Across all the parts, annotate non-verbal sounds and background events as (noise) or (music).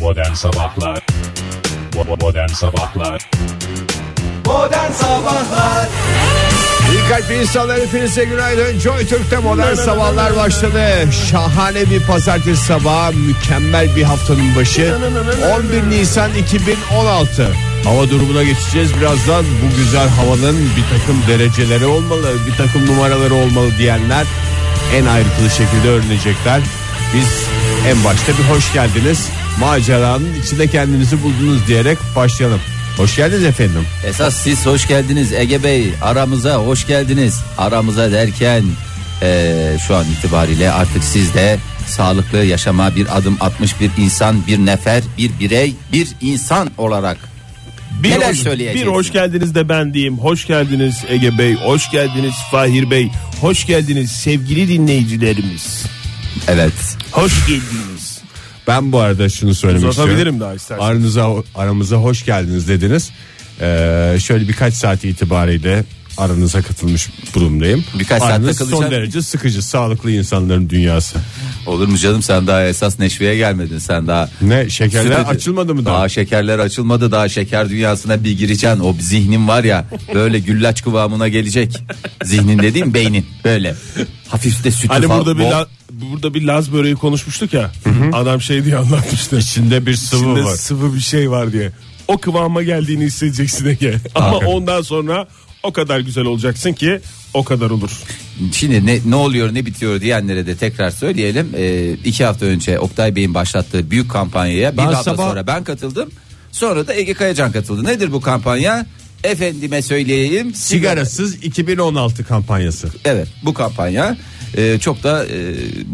Modern Sabahlar Bo- Modern Sabahlar Modern Sabahlar İyi kalpli insanlar hepinize günaydın. Joy Türk'te modern sabahlar başladı. Şahane bir pazartesi sabahı, mükemmel bir haftanın başı. 11 Nisan 2016. Hava durumuna geçeceğiz birazdan. Bu güzel havanın bir takım dereceleri olmalı, bir takım numaraları olmalı diyenler en ayrıntılı şekilde öğrenecekler. Biz en başta bir hoş geldiniz. Maceranın içinde kendinizi buldunuz diyerek başlayalım. Hoş geldiniz efendim. Esas siz hoş geldiniz Ege Bey aramıza hoş geldiniz aramıza derken eee, şu an itibariyle artık siz de sağlıklı yaşama bir adım atmış bir insan bir nefer bir birey bir insan olarak Bir neler hoş, söyleyeceksiniz? bir hoş geldiniz de ben diyeyim. Hoş geldiniz Ege Bey. Hoş geldiniz Fahir Bey. Hoş geldiniz sevgili dinleyicilerimiz. Evet Hoş geldiniz. Ben bu arada şunu söylemek Uzatabilirim istiyorum. daha istersen. Aranıza, aramıza hoş geldiniz dediniz. Ee, şöyle birkaç saat itibariyle aranıza katılmış durumdayım. Birkaç saat Aranız takılacak. son derece sıkıcı, sağlıklı insanların dünyası. olur mu canım sen daha esas neşveye gelmedin sen daha Ne şekerler Süreci- açılmadı mı daha? Daha şekerler açılmadı daha şeker dünyasına bir gireceksin o zihnin var ya böyle güllaç kıvamına gelecek zihnin dediğim beynin böyle hafif de sütü Hani falan- burada bir bol- la- burada bir Laz böreği konuşmuştuk ya. Adam şey diye anlatmıştı. İçinde bir sıvı İçinde var. sıvı bir şey var diye. O kıvama geldiğini hissedeceksin Ege. (laughs) Ama ondan sonra o kadar güzel olacaksın ki o kadar olur. Şimdi ne, ne oluyor ne bitiyor diyenlere de tekrar söyleyelim. Ee, iki hafta önce Oktay Bey'in başlattığı büyük kampanyaya bir Ben hafta sabah- sonra ben katıldım. Sonra da Ege Kayacan katıldı. Nedir bu kampanya? Efendime söyleyeyim sigara. Sigarasız 2016 kampanyası. Evet bu kampanya e, çok da e,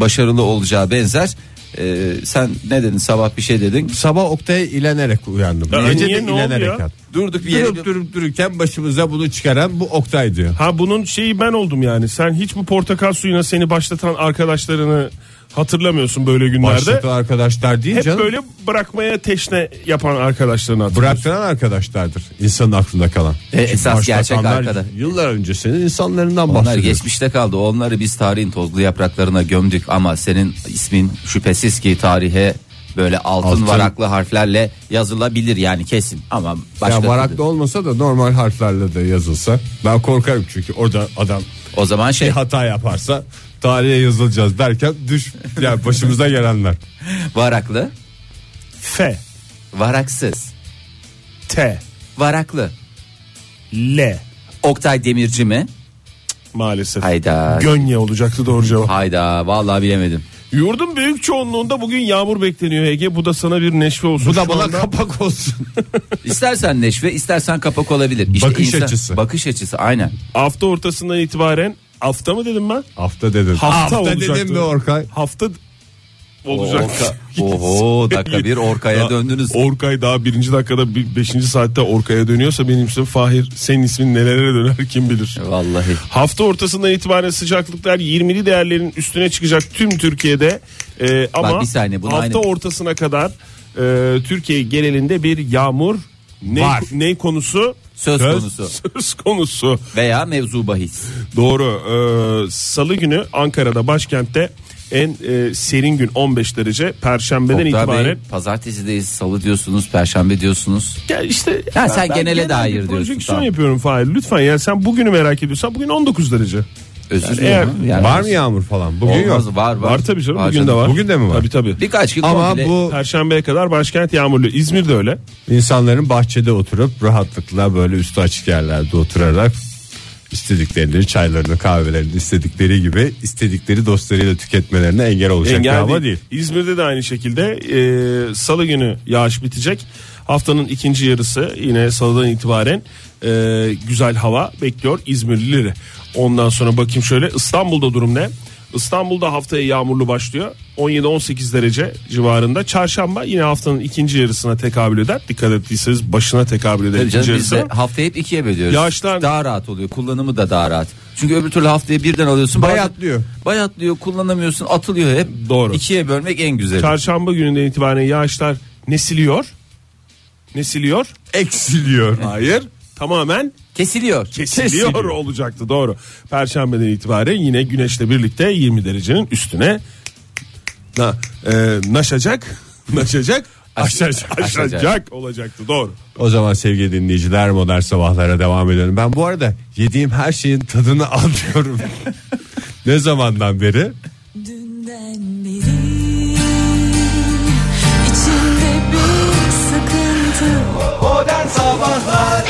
başarılı olacağı benzer. E, sen ne dedin sabah bir şey dedin. Sabah Oktay'a ilenerek uyandım. Ya Gece de niye, ne oluyor? ilenerek yattım. Durduk bir yere Durup durup dururken başımıza bunu çıkaran bu Oktay diyor. Ha bunun şeyi ben oldum yani. Sen hiç bu portakal suyuna seni başlatan arkadaşlarını hatırlamıyorsun böyle günlerde. Başlıklı arkadaşlar değil Hep canım. böyle bırakmaya teşne yapan arkadaşlarını hatırlıyorsun. Bıraktıran arkadaşlardır insanın aklında kalan. E, Çünkü esas gerçek başlatanlar arkadaş. Yıllar öncesinin insanlarından Onlar bahsediyoruz. geçmişte kaldı. Onları biz tarihin tozlu yapraklarına gömdük ama senin ismin şüphesiz ki tarihe böyle altın, Altın. varaklı harflerle yazılabilir yani kesin ama Ya başka türlü. varaklı olmasa da normal harflerle de yazılsa ben korkarım çünkü orada adam (laughs) o zaman şey bir hata yaparsa tarihe yazılacağız derken düş yani başımıza gelenler. varaklı, F, varaksız, T, varaklı. L Oktay Demirci mi? maalesef. Hayda. Gönye olacaktı doğru cevap. Hayda vallahi bilemedim. Yurdun büyük çoğunluğunda bugün yağmur bekleniyor Ege. Bu da sana bir neşve olsun. Bu da Şu bana anda kapak olsun. İstersen neşve, istersen kapak olabilir. İşte Bakış açısı. Bakış açısı aynen. hafta ortasından itibaren hafta mı dedim ben? Hafta dedim. Hafta olacaktı. dedim mi Orkay? Hafta d- olacak. Oho dakika bir orkaya Daha- döndünüz. Orkay daha birinci dakikada bir- beşinci saatte Orkay'a dönüyorsa benim için Fahir senin ismin nelere döner kim bilir. Vallahi. Hafta ortasından itibaren sıcaklıklar 20'li değerlerin üstüne çıkacak tüm Türkiye'de. Ee, ama bir saniye, bunu hafta aynı- ortasına kadar e, Türkiye genelinde bir yağmur ne, Var. ne konusu? Söz konusu. Söz konusu. Veya mevzu bahis. Doğru. Ee, Salı günü Ankara'da başkentte en e, serin gün 15 derece. Perşembeden Oktay Bey, itibaren pazartesideyiz, salı diyorsunuz, perşembe diyorsunuz. Ya işte Ha, sen ben genele genel dair bir diyorsun, projeksiyon tamam. yapıyorum Fahir. Lütfen yani sen bugünü merak ediyorsan bugün 19 derece. Özür eğer- dilerim. Yani Var mı yağmur falan? Bugün olmaz, yok. Var var. Var, tabii canım bugün de canım. var. Bugün de mi var? Tabii tabii. Birkaç gün Ama komple- bu Perşembeye kadar başkent yağmurlu. İzmir de öyle. İnsanların bahçede oturup rahatlıkla böyle üstü açık yerlerde oturarak istediklerini çaylarını kahvelerini istedikleri gibi istedikleri dostlarıyla tüketmelerine engel olacak bir Engel hava değil. değil. İzmir'de de aynı şekilde e, salı günü yağış bitecek. Haftanın ikinci yarısı yine salıdan itibaren e, güzel hava bekliyor İzmirlileri. Ondan sonra bakayım şöyle İstanbul'da durum ne? İstanbul'da haftaya yağmurlu başlıyor. 17-18 derece civarında. Çarşamba yine haftanın ikinci yarısına tekabül eder. Dikkat ettiyseniz başına tekabül eder. Tabii ikinci canım biz de yarısına. hafta hep ikiye bölüyoruz. Yağışlar- Daha rahat oluyor. Kullanımı da daha rahat. Çünkü öbür türlü haftaya birden alıyorsun. bazen- Bayatlıyor. Bayatlıyor. Kullanamıyorsun. Atılıyor hep. Doğru. İkiye bölmek en güzeli. Çarşamba gününden itibaren yağışlar nesiliyor. Nesiliyor. Eksiliyor. Hayır. Tamamen Kesiliyor. kesiliyor olacaktı doğru. Perşembeden itibaren yine güneşle birlikte 20 derecenin üstüne na, e, (laughs) naşacak, naşacak Aşacak, (laughs) aşacak olacaktı doğru. O zaman sevgili dinleyiciler modern sabahlara devam edelim. Ben bu arada yediğim her şeyin tadını (laughs) alıyorum. ne zamandan beri? Dünden beri içimde bir sıkıntı Modern Sabahlar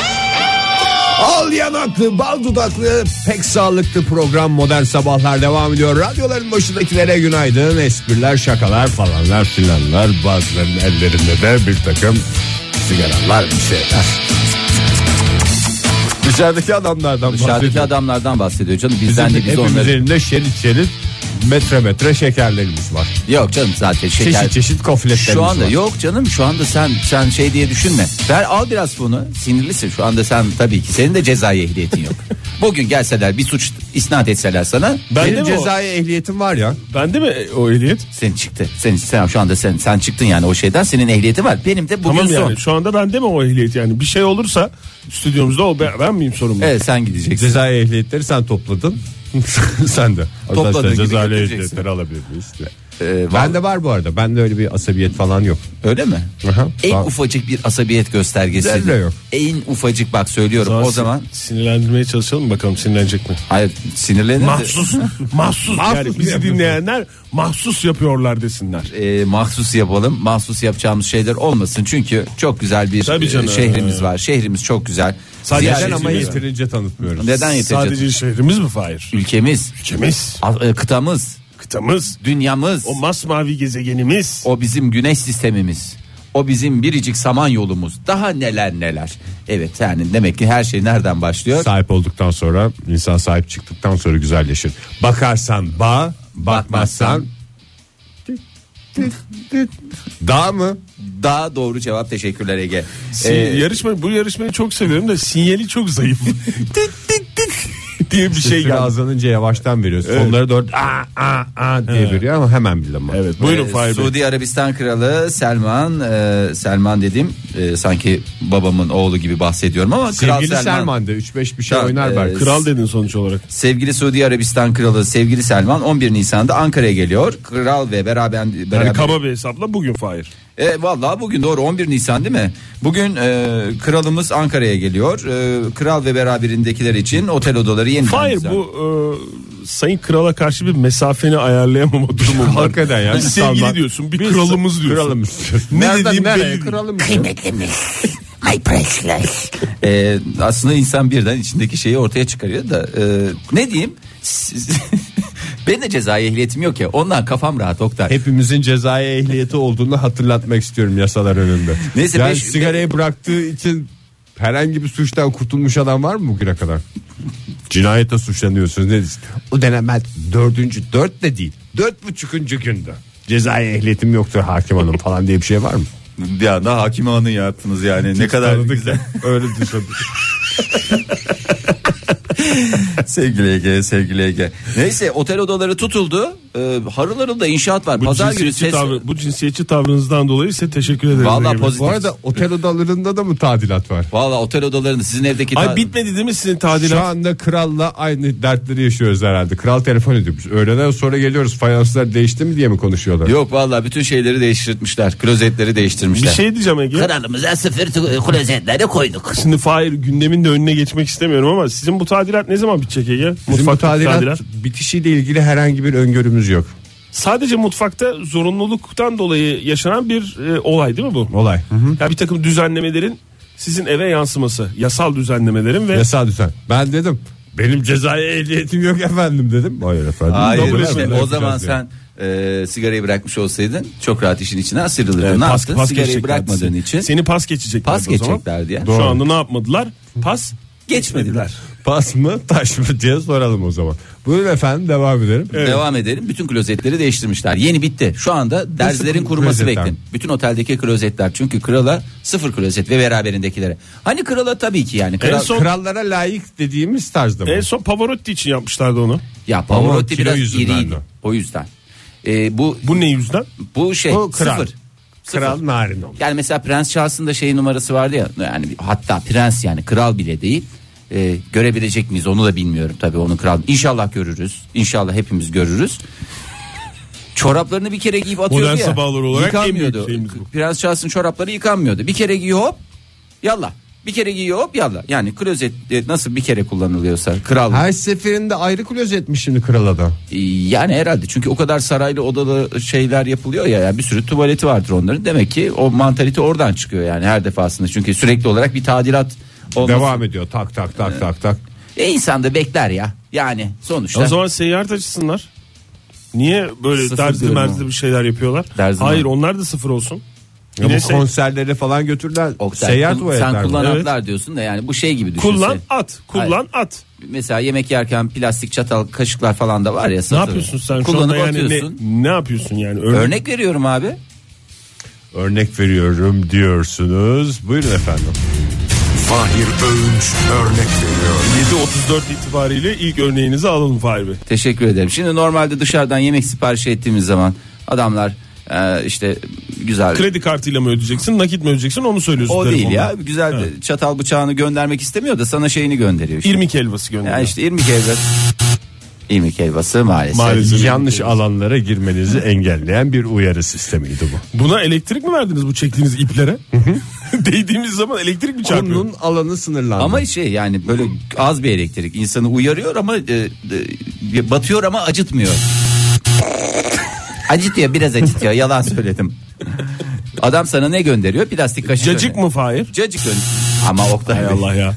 Al yanaklı, bal dudaklı, pek sağlıklı program Modern Sabahlar devam ediyor. Radyoların başındakilere günaydın. Espriler, şakalar falanlar filanlar. Bazılarının ellerinde de bir takım sigaralar bir şeyler. Dışarıdaki adamlardan Dışarıdaki bahsediyorum. adamlardan bahsediyor canım bizden Bizim de biz hepimiz onları. elinde şerit şerit metre metre şekerlerimiz var. Yok canım zaten şeker. Çeşit çeşit kofiletlerimiz Şu anda var. yok canım şu anda sen sen şey diye düşünme. Ver al biraz bunu. Sinirlisin şu anda sen tabii ki senin de cezai ehliyetin (laughs) yok. Bugün gelseler bir suç isnat etseler sana Ben de Benim mi o? cezai ehliyetim var ya. Ben de mi o ehliyet? sen çıktı. Sen, sen şu anda sen sen çıktın yani o şeyden senin ehliyetin var. Benim de bugün Tamam son. yani şu anda ben de mi o ehliyet yani bir şey olursa stüdyomuzda o ben, ben miyim sorumlu? Evet sen gideceksin. Cezai ehliyetleri sen topladın. (laughs) sen de. Topladığın Arkadaşlar gibi cezai götüreceksin. ehliyetleri alabilir miyiz? diye. Ee, Ben de var bu arada. Ben de öyle bir asabiyet falan yok. Öyle mi? Aha. En Tamam. ufacık bir asabiyet göstergesi. Zerre yok. En ufacık bak söylüyorum o Daha sin- zaman. sinirlendirmeye çalışalım bakalım sinirlenecek mi? Hayır sinirlenir. de- Mahsus, mahsus. yani bizi dinleyenler mahsus yapıyorlar desinler. e, mahsus yapalım. Mahsus yapacağımız şeyler olmasın. Çünkü çok güzel bir Tabii e, canım. şehrimiz var. Şehrimiz çok güzel. Sadece Ziyaret- Neden ama Neden yeterince tanıtmıyoruz. Neden yetecek? Sadece şehrimiz mi Fahir? Ülkemiz, Ülkemiz, a- e, kıtamız, kıtamız, dünyamız, o o, masmavi gezegenimiz. bizim güneş sistemimiz. O bizim biricik saman yolumuz. Daha neler neler. Evet yani demek ki her şey nereden başlıyor? Sahip olduktan sonra insan sahip çıktıktan sonra güzelleşir. Bakarsan bağ, bakmazsan dağ mı? Daha doğru cevap teşekkürler Ege. E, Sin- yarışma bu yarışmayı çok seviyorum da sinyali çok zayıf. Tık tık tık (laughs) diye bir şey Sesini geldi. azlanınca yavaştan veriyorsun. Sonları doğru aa aa aa diye veriyor ama hemen bildim. Evet. Evet buyurun Ee, Fahir Bey. Suudi Arabistan kralı Selman e, Selman dedim e, sanki babamın oğlu gibi bahsediyorum ama Sevgili kral Selman, Selman'da 3-5 bir şey Ya, oynar e, belki. Kral dedin sonuç olarak. sevgili Suudi Arabistan kralı sevgili Selman 11 Nisan'da Ankara'ya geliyor. Kral ve beraber, beraber Yani kaba bir hesapla bugün Fahir. E, vallahi bugün doğru 11 Nisan değil mi? Bugün e, kralımız Ankara'ya geliyor. E, kral ve beraberindekiler için otel odaları yeniden Hayır düzen- bu e, sayın krala karşı bir mesafeni ayarlayamama durumu var. Hakikaten ya. Bir sevgili diyorsun, bir kralımız diyorsun. Kralımız. Ne Nereden dediğim nereye? belli değil. Kralımız. E, aslında insan birden içindeki şeyi ortaya çıkarıyor da e, ne diyeyim? Siz- (laughs) Benim de cezai ehliyetim yok ya ondan kafam rahat Oktay. Hepimizin cezai ehliyeti olduğunu hatırlatmak istiyorum yasalar önünde. Neyse, yani beş- sigarayı bıraktığı için herhangi bir suçtan kurtulmuş adam var mı bugüne kadar? Cinayete suçlanıyorsunuz ne diyorsun? O denemez dördüncü dört de değil dört buçukuncu günde. Cezai ehliyetim yoktur hakim hanım falan diye bir şey var mı? Bir anda hakim anı yaptınız yani ne kadar güzel. (laughs) Öyle düşündüm. sevgili Ege sevgili Ege. Neyse otel odaları tutuldu. E, harıl harıl da inşaat var. Bu Pazar günü cinsiyetçi, ses... tavrı- bu cinsiyetçi tavrınızdan dolayı size teşekkür ederim. Vallahi Ege Bey. pozitif. Bu arada otel odalarında da mı tadilat var? Valla otel odalarında sizin evdeki... Ay ta- bitmedi değil mi sizin Şu tadilat? anda kralla aynı dertleri yaşıyoruz herhalde. Kral telefon ediyormuş. Öğleden sonra geliyoruz. Fayanslar değişti mi diye mi konuşuyorlar? Yok vallahi bütün şeyleri değiştirmişler. Klozetleri Bir değiştirmişler. şey diyeceğim Ege. Kanalımıza sıfır tu- e, klozetleri koyduk. Şimdi Fahir gündemin de önüne geçmek istemiyorum ama sizin bu tadilat ne zaman bitecek Ege? Bizim bu Mutfaktaki tadilat, bitişiyle ilgili herhangi bir öngörümüz yok. Sadece mutfakta zorunluluktan dolayı yaşanan bir e, olay değil mi bu? Olay. Ya bir takım düzenlemelerin sizin eve yansıması. Yasal düzenlemelerin ve Tesadüfen. Ben dedim benim cezai ehliyetim yok efendim dedim. Hayır efendim. Hayır Kabul işte etmediler o zaman biraz diye. sen e, sigarayı bırakmış olsaydın çok rahat işin içine sıyrılırdın. ne pas- yaptın? pas sigarayı geçeceklerdi bırakmadığın seni. için Seni pas geçecekler. pas geçecekler diye. Şu anda ne yapmadılar? Pas Geçmediler. pas mı taş mı diye soralım o zaman. Buyurun efendim devam edelim. Devam edelim. Bütün klozetleri değiştirmişler. Yeni bitti. Şu anda derzlerin kuruması klozetler? beklen. Bütün oteldeki klozetler çünkü krala sıfır klozet ve beraberindekilere. Hani krala tabii ki yani. Kral, En son- Krallara layık dediğimiz tarzda mı? En son Pavarotti için yapmışlardı onu. ya Ama Pavarotti kilo biraz yüzünden iriydi. de. O yüzden. E, bu Bu ne yüzden? bu şey Bu kral. sıfır. Sıfır. Kral narin olmuş. Yani mesela Prens Charles'ın da şey numarası vardı ya yani hatta prens yani kral bile değil. Ee, görebilecek miyiz onu da bilmiyorum tabii onun kral. İnşallah görürüz. İnşallah hepimiz görürüz. Çoraplarını bir kere giyip atıyordu Modern ya. sabahlar olarak en büyük yıkanmıyordu. şeyimiz bu. Prens Charles'ın çorapları yıkanmıyordu. Bir kere giy hop yallah. Bir kere giy hop yallah. Yani klozet e, nasıl bir kere kullanılıyorsa kral. Her seferinde ayrı klozetmiş şimdi krala da. E, Yani herhalde çünkü o kadar saraylı odalı şeyler yapılıyor ya yani bir sürü tuvaleti vardır onların. Demek ki o mantalite oradan çıkıyor yani her defasında. Çünkü sürekli olarak bir tadilat olması. Devam ediyor tak tak tak tak tak. E insan da bekler ya. Yani sonuçta. O zaman seyyar açsınlar. Niye böyle Sıfır derzli diyorum merzli ama. bir şeyler yapıyorlar? Derzli Hayır mi? onlar da sıfır olsun. Ya Yine şey, bu se- konserlere falan götürürler. Oktay, Seyyar kul- tuvaletler. sen mi? kullanatlar diyorsun da yani bu şey gibi düşünsen. kullan at. Kullan Hayır. at. Mesela yemek yerken plastik çatal kaşıklar falan da var ya. Ne satılıyor. yapıyorsun sen şu Kullanıp anda yani ne, atıyorsun. ne yapıyorsun yani? Örnek, Örnek veriyorum abi. Örnek veriyorum diyorsunuz. Buyurun efendim. Fahir Öğünç örnek veriyor. 7.34 itibariyle ilk örneğinizi alalım Fahir Bey. Teşekkür ederim. Şimdi normalde dışarıdan yemek sipariş ettiğimiz zaman adamlar e, işte güzel Kredi kartıyla mı ödeyeceksin nakit mi ödeyeceksin onu söylüyorsun. o değil telefonda. ya. Güzel Evet. çatal bıçağını göndermek istemiyor da sana şeyini gönderiyor. Işte. İrmik helvası gönderiyor. Yani işte irmik helvası. İrmik helvası maalesef. Maalesef. Yanlış alanlara girmenizi engelleyen bir uyarı sistemiydi bu. Buna elektrik mi verdiniz bu çektiğiniz iplere? (laughs) Değdiğimiz zaman elektrik mi çarpıyor? Konunun alanı sınırlandı. Ama şey yani böyle az bir elektrik insanı uyarıyor ama e, e, batıyor ama acıtmıyor. acıtıyor biraz acıtıyor yalan söyledim. Adam sana ne gönderiyor? Plastik kaşık. Cacık gönderiyor. mı Fahir? Cacık gönderiyor. Ama Oktay Hay Bey, (laughs) Allah ya.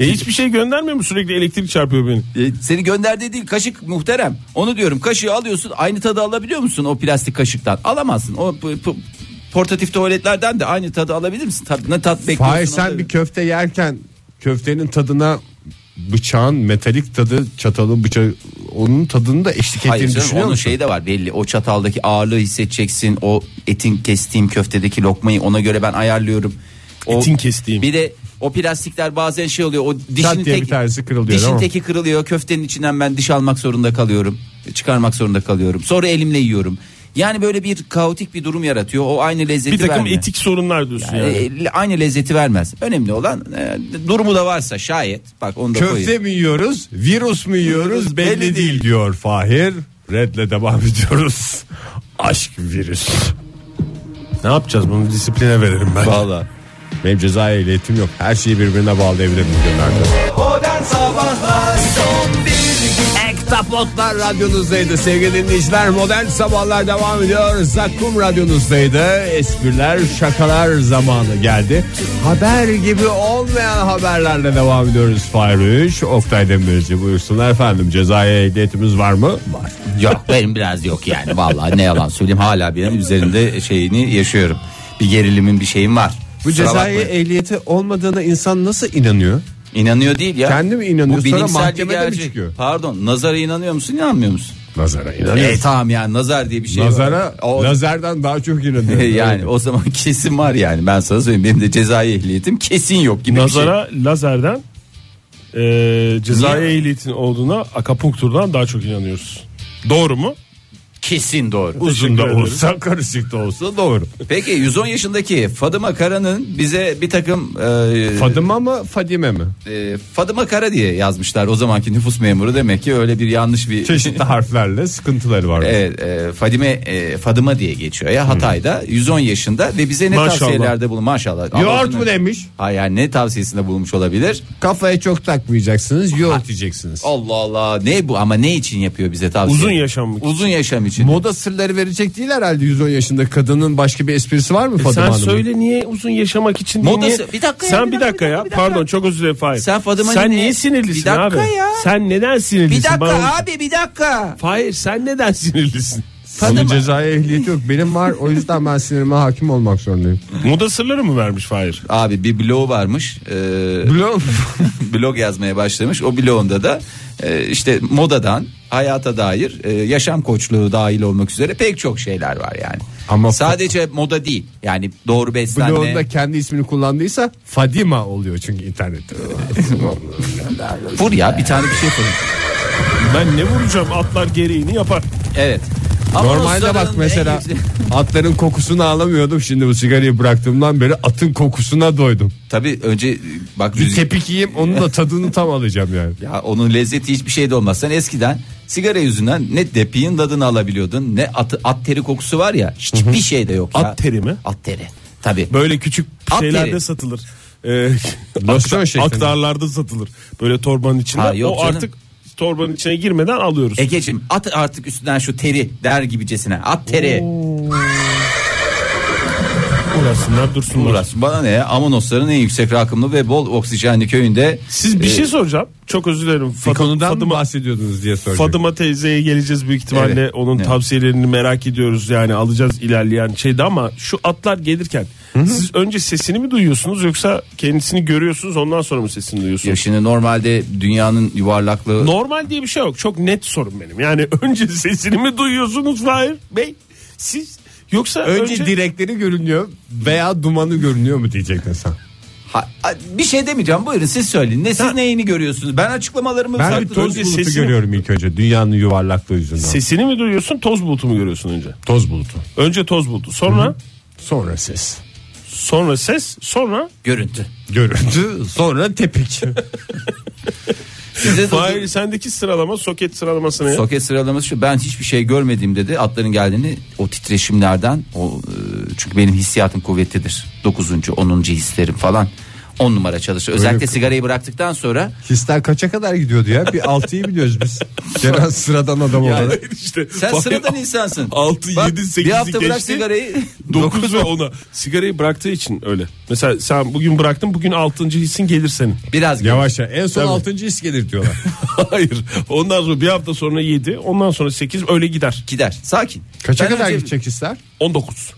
E hiçbir şey göndermiyor mu sürekli elektrik çarpıyor beni? e, seni gönderdiği değil kaşık muhterem. Onu diyorum kaşığı alıyorsun aynı tadı alabiliyor musun o plastik kaşıktan? Alamazsın. O p- p- portatif tuvaletlerden de aynı tadı alabilir misin? Tat, ne tat bekliyorsun? Hayır sen onu bir köfte yerken köftenin tadına bıçağın metalik tadı çatalın bıçağı onun tadını da eşlik ettiğini Hayır canım, düşünüyor onun musun? şeyi de var belli. O çataldaki ağırlığı hissedeceksin. O etin kestiğim köftedeki lokmayı ona göre ben ayarlıyorum. O, Etin kestiğim. Bir de o plastikler bazen şey oluyor. O dişin diye tek, bir tanesi kırılıyor, Dişin değil mi? teki kırılıyor. Köftenin içinden ben diş almak zorunda kalıyorum. Çıkarmak zorunda kalıyorum. Sonra elimle yiyorum. Yani böyle bir kaotik bir durum yaratıyor. O aynı lezzeti Bir takım vermiyor. etik sorunlar diyorsun yani. E, aynı lezzeti vermez. Önemli olan e, durumu da varsa şayet. Bak onu da Köfte koyayım. mi yiyoruz, virüs mü yiyoruz belli, Belli değil. değil. diyor Fahir. Red'le devam ediyoruz. Aşk virüs. Ne yapacağız bunu disipline verelim ben. Valla. Benim cezai ehliyetim yok. Her şeyi birbirine bağlayabilirim bugünlerde. Modern Sabahlar Ektaplotlar radyonuzdaydı sevgili dinleyiciler. Modern sabahlar devam ediyor. Zakkum radyonuzdaydı. Espriler, şakalar zamanı geldi. Haber gibi olmayan haberlerle devam ediyoruz. Fahir Üç, Oktay Demirci buyursunlar efendim. Cezai ehliyetimiz var mı? Var. Yok benim biraz yok yani vallahi ne yalan söyleyeyim hala benim üzerinde şeyini yaşıyorum. Bir gerilimin bir şeyim var. Bu Kusura cezai bakmayın. ehliyeti olmadığına insan nasıl inanıyor? inanıyor değil ya. Kendi mi inanıyor? Bu Sonra bilimsel bir mahkemede mi gerçek. çıkıyor? Pardon nazara inanıyor musun inanmıyor musun? Nazara E tamam yani nazar diye bir şey Nazara, var. O- nazardan daha çok (laughs) inanıyor. (laughs) yani o zaman kesin var yani ben sana söyleyeyim benim de cezai ehliyetim kesin yok gibi bir şey. Nazara lazerden e, cezai Niye? ehliyetin olduğuna akapunkturdan daha çok inanıyoruz. Doğru mu? şey. Kesin doğru. (laughs) uzun Teşekkür da ederim. olsa karışık da olsa doğru. Peki 110 yaşındaki Fadıma Kara'nın bize bir takım e, Fadıma mı Fadime mi? e, Fadıma Kara diye yazmışlar o zamanki nüfus memuru demek ki öyle bir yanlış bir Çeşitli harflerle sıkıntıları var. Evet, e, Fadime e, Fadıma diye geçiyor ya Hatay'da 110 yaşında ve bize ne Hmm. Maşallah. tavsiyelerde bulun maşallah. Yoğurt Allah'ın- mu demiş? Hayır yani ne tavsiyesinde bulunmuş olabilir? Kafaya çok takmayacaksınız yoğurt yiyeceksiniz. Allah Allah ne bu ama ne için yapıyor bize tavsiye? Uzun yaşam için. Uzun yaşam için. Moda sırları verecek değil herhalde 110 yaşında kadının başka bir esprisi var mı Fadıma E, Sen Hanım'ın? söyle niye uzun yaşamak için diye Modası- niye- Bir dakika ya, Sen bir bir dakika, dakika bir ya. dakika. Pardon çok özür dilerim Fahir. Sen Fadıma Sen Nine- niye sinirlisin Bir dakika abi? ya. Sen neden sinirlisin? bir dakika Bana- abi bir dakika. Fahir sen neden sinirlisin? Onun Fadıma- cezai ehliyeti yok. Benim var o yüzden ben sinirime hakim olmak zorundayım. Moda sırları mı vermiş Fahir? Abi bir blog varmış. e, Blok blog yazmaya başlamış. O blogunda da e, işte modadan hayata dair e, yaşam koçluğu dahil olmak üzere pek çok şeyler var yani. Ama- Ama sadece moda değil. Yani doğru beslenme. bloğunda kendi ismini kullandıysa Fadima oluyor çünkü internette. Vur ya bir tane bir şey yapalım. Ben ne vuracağım atlar gereğini yapar. Evet. Normalde bak Avanosların en mesela (laughs) yüksek- atların kokusunu alamıyordum. Şimdi bu sigarayı bıraktığımdan beri atın kokusuna doydum. Tabii önce bak Bir düz- tepik yiyeyim onun da tadını tam alacağım yani. Ya onun lezzeti hiçbir şeyde olmaz. Sen eskiden sigara yüzünden ne depiğin tadını alabiliyordun ne at, at teri kokusu var ya hiçbir şeyde yok ya. At teri mi? At teri. Tabii. Böyle küçük At şeylerde yeri. şey satılır. Ee, Losyon akta- şeklinde. aktarlarda satılır. Böyle torbanın içinde. Ha, yok o canım. artık torbanın içine girmeden alıyoruz. Egeciğim at artık üstünden şu teri der gibicesine. At teri. Uğraşsınlar dursunlar. Uğraş. Bana ne ya? Amonosların en yüksek rakımlı ve bol oksijenli köyünde. Siz Ee, bir şey soracağım. Çok özür dilerim. Bir Fad- konudan mı Fadıma, bahsediyordunuz diye soracağım. Fadıma teyzeye geleceğiz büyük ihtimalle. Evet, Onun evet. tavsiyelerini merak ediyoruz. Yani alacağız ilerleyen şeyde ama şu atlar gelirken siz önce sesini mi duyuyorsunuz yoksa kendisini görüyorsunuz ondan sonra mı sesini Ya duyuyorsunuz? şimdi normalde dünyanın yuvarlaklığı Normal diye bir şey yok. Çok net sorun benim. Yani (laughs) önce sesini mi duyuyorsunuz Fahir Bey? Siz yoksa önce, Önce, direkleri görünüyor veya dumanı görünüyor mu diyecektin sen. Ha- ha- bir şey demeyeceğim. Buyurun siz söyleyin. Ne siz neyini görüyorsunuz? Ben açıklamalarımı Ben farklı- bir toz önce bulutu sesini- görüyorum ilk önce dünyanın yuvarlaklığı yüzünden. sesini mi duyuyorsun toz bulutu mu görüyorsun önce? Toz bulutu. Önce toz bulutu sonra Sonra ses. sonra ses sonra görüntü. Görüntü sonra tepik. Size Fahir sendeki sıralama soket sıralaması (laughs) ne? Soket sıralaması şu ben hiçbir şey görmediğim dedi atların geldiğini o titreşimlerden o e, çünkü benim hissiyatım kuvvetlidir. 9. 10. hislerim falan 10 numara çalışır. Özellikle Öyle- sigarayı bıraktıktan sonra (laughs) Hisler kaça kadar gidiyordu ya? Bir 6'yı biliyoruz biz. Genel sıradan adam olarak. işte sen sıradan insansın. altı, Bak, yedi, bir sekizi hafta bırak geçti. sigarayı. 9 ve 10'a sigarayı bıraktığı için öyle. Mesela sen bugün bıraktın bugün 6. hissin gelir senin. (laughs) Biraz Yavaş ya. En son 6. his gelir diyorlar. Hayır. Ondan sonra bir hafta sonra 7, ondan sonra 8 öyle gider. gider. Sakin. Kaça Ben kadar önce- gidecek hisler? 19.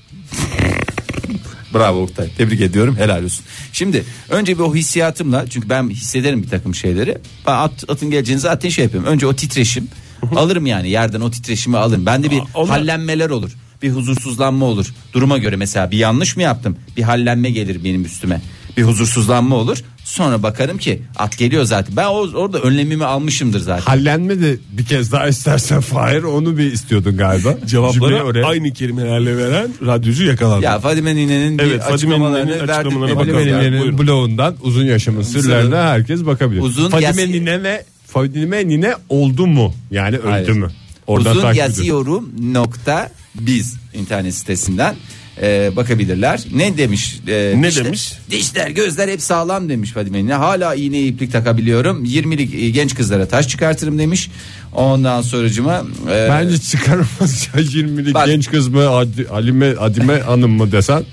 Bravo Oktay. Tebrik ediyorum. Helal olsun. Şimdi önce bir o hissiyatımla çünkü ben hissederim bir takım şeyleri. Ben at, atın geleceğini zaten şey yapıyorum. Önce o titreşim alırım yani yerden o titreşimi alırım. Bende bir Aa, onlar- hallenmeler olur. Bir huzursuzlanma olur. Duruma göre mesela bir yanlış mı yaptım? Bir hallenme gelir benim üstüme. Bir huzursuzlanma olur. Sonra bakarım ki at geliyor zaten. Ben o, orada önlemimi almışımdır zaten. Hallenme de bir kez daha istersen Fahir onu bir istiyordun galiba. Cümleyi Cevapları oraya. aynı kelimelerle veren radyocu yakalandı. Ya Fadime Nine'nin Evet, bir Fadime açıklamalarını, Nine'nin verdik. açıklamalarına Fadime bakalım. Nine'nin- Buyurun. Fadime'nin bloğundan uzun yaşamın sırlarına herkes bakabilir. Uzun Fadime yasi- Nine ve Fadime Nine oldu mu? Yani öldü Hayır. mü? Oradan Uzun takip edin. yazıyorum nokta biz internet sitesinden e, bakabilirler. Ne demiş? e, Ne demiş? Dişler gözler hep sağlam demiş Fadime Yine. Hala iğne iplik takabiliyorum. 20'lik e, genç kızlara taş çıkartırım demiş. Ondan sonracıma e, Bence çıkarmaz (laughs) ya 20'lik Bak- genç kız mı Adi- Alime, (laughs) Adime Hanım mı desen.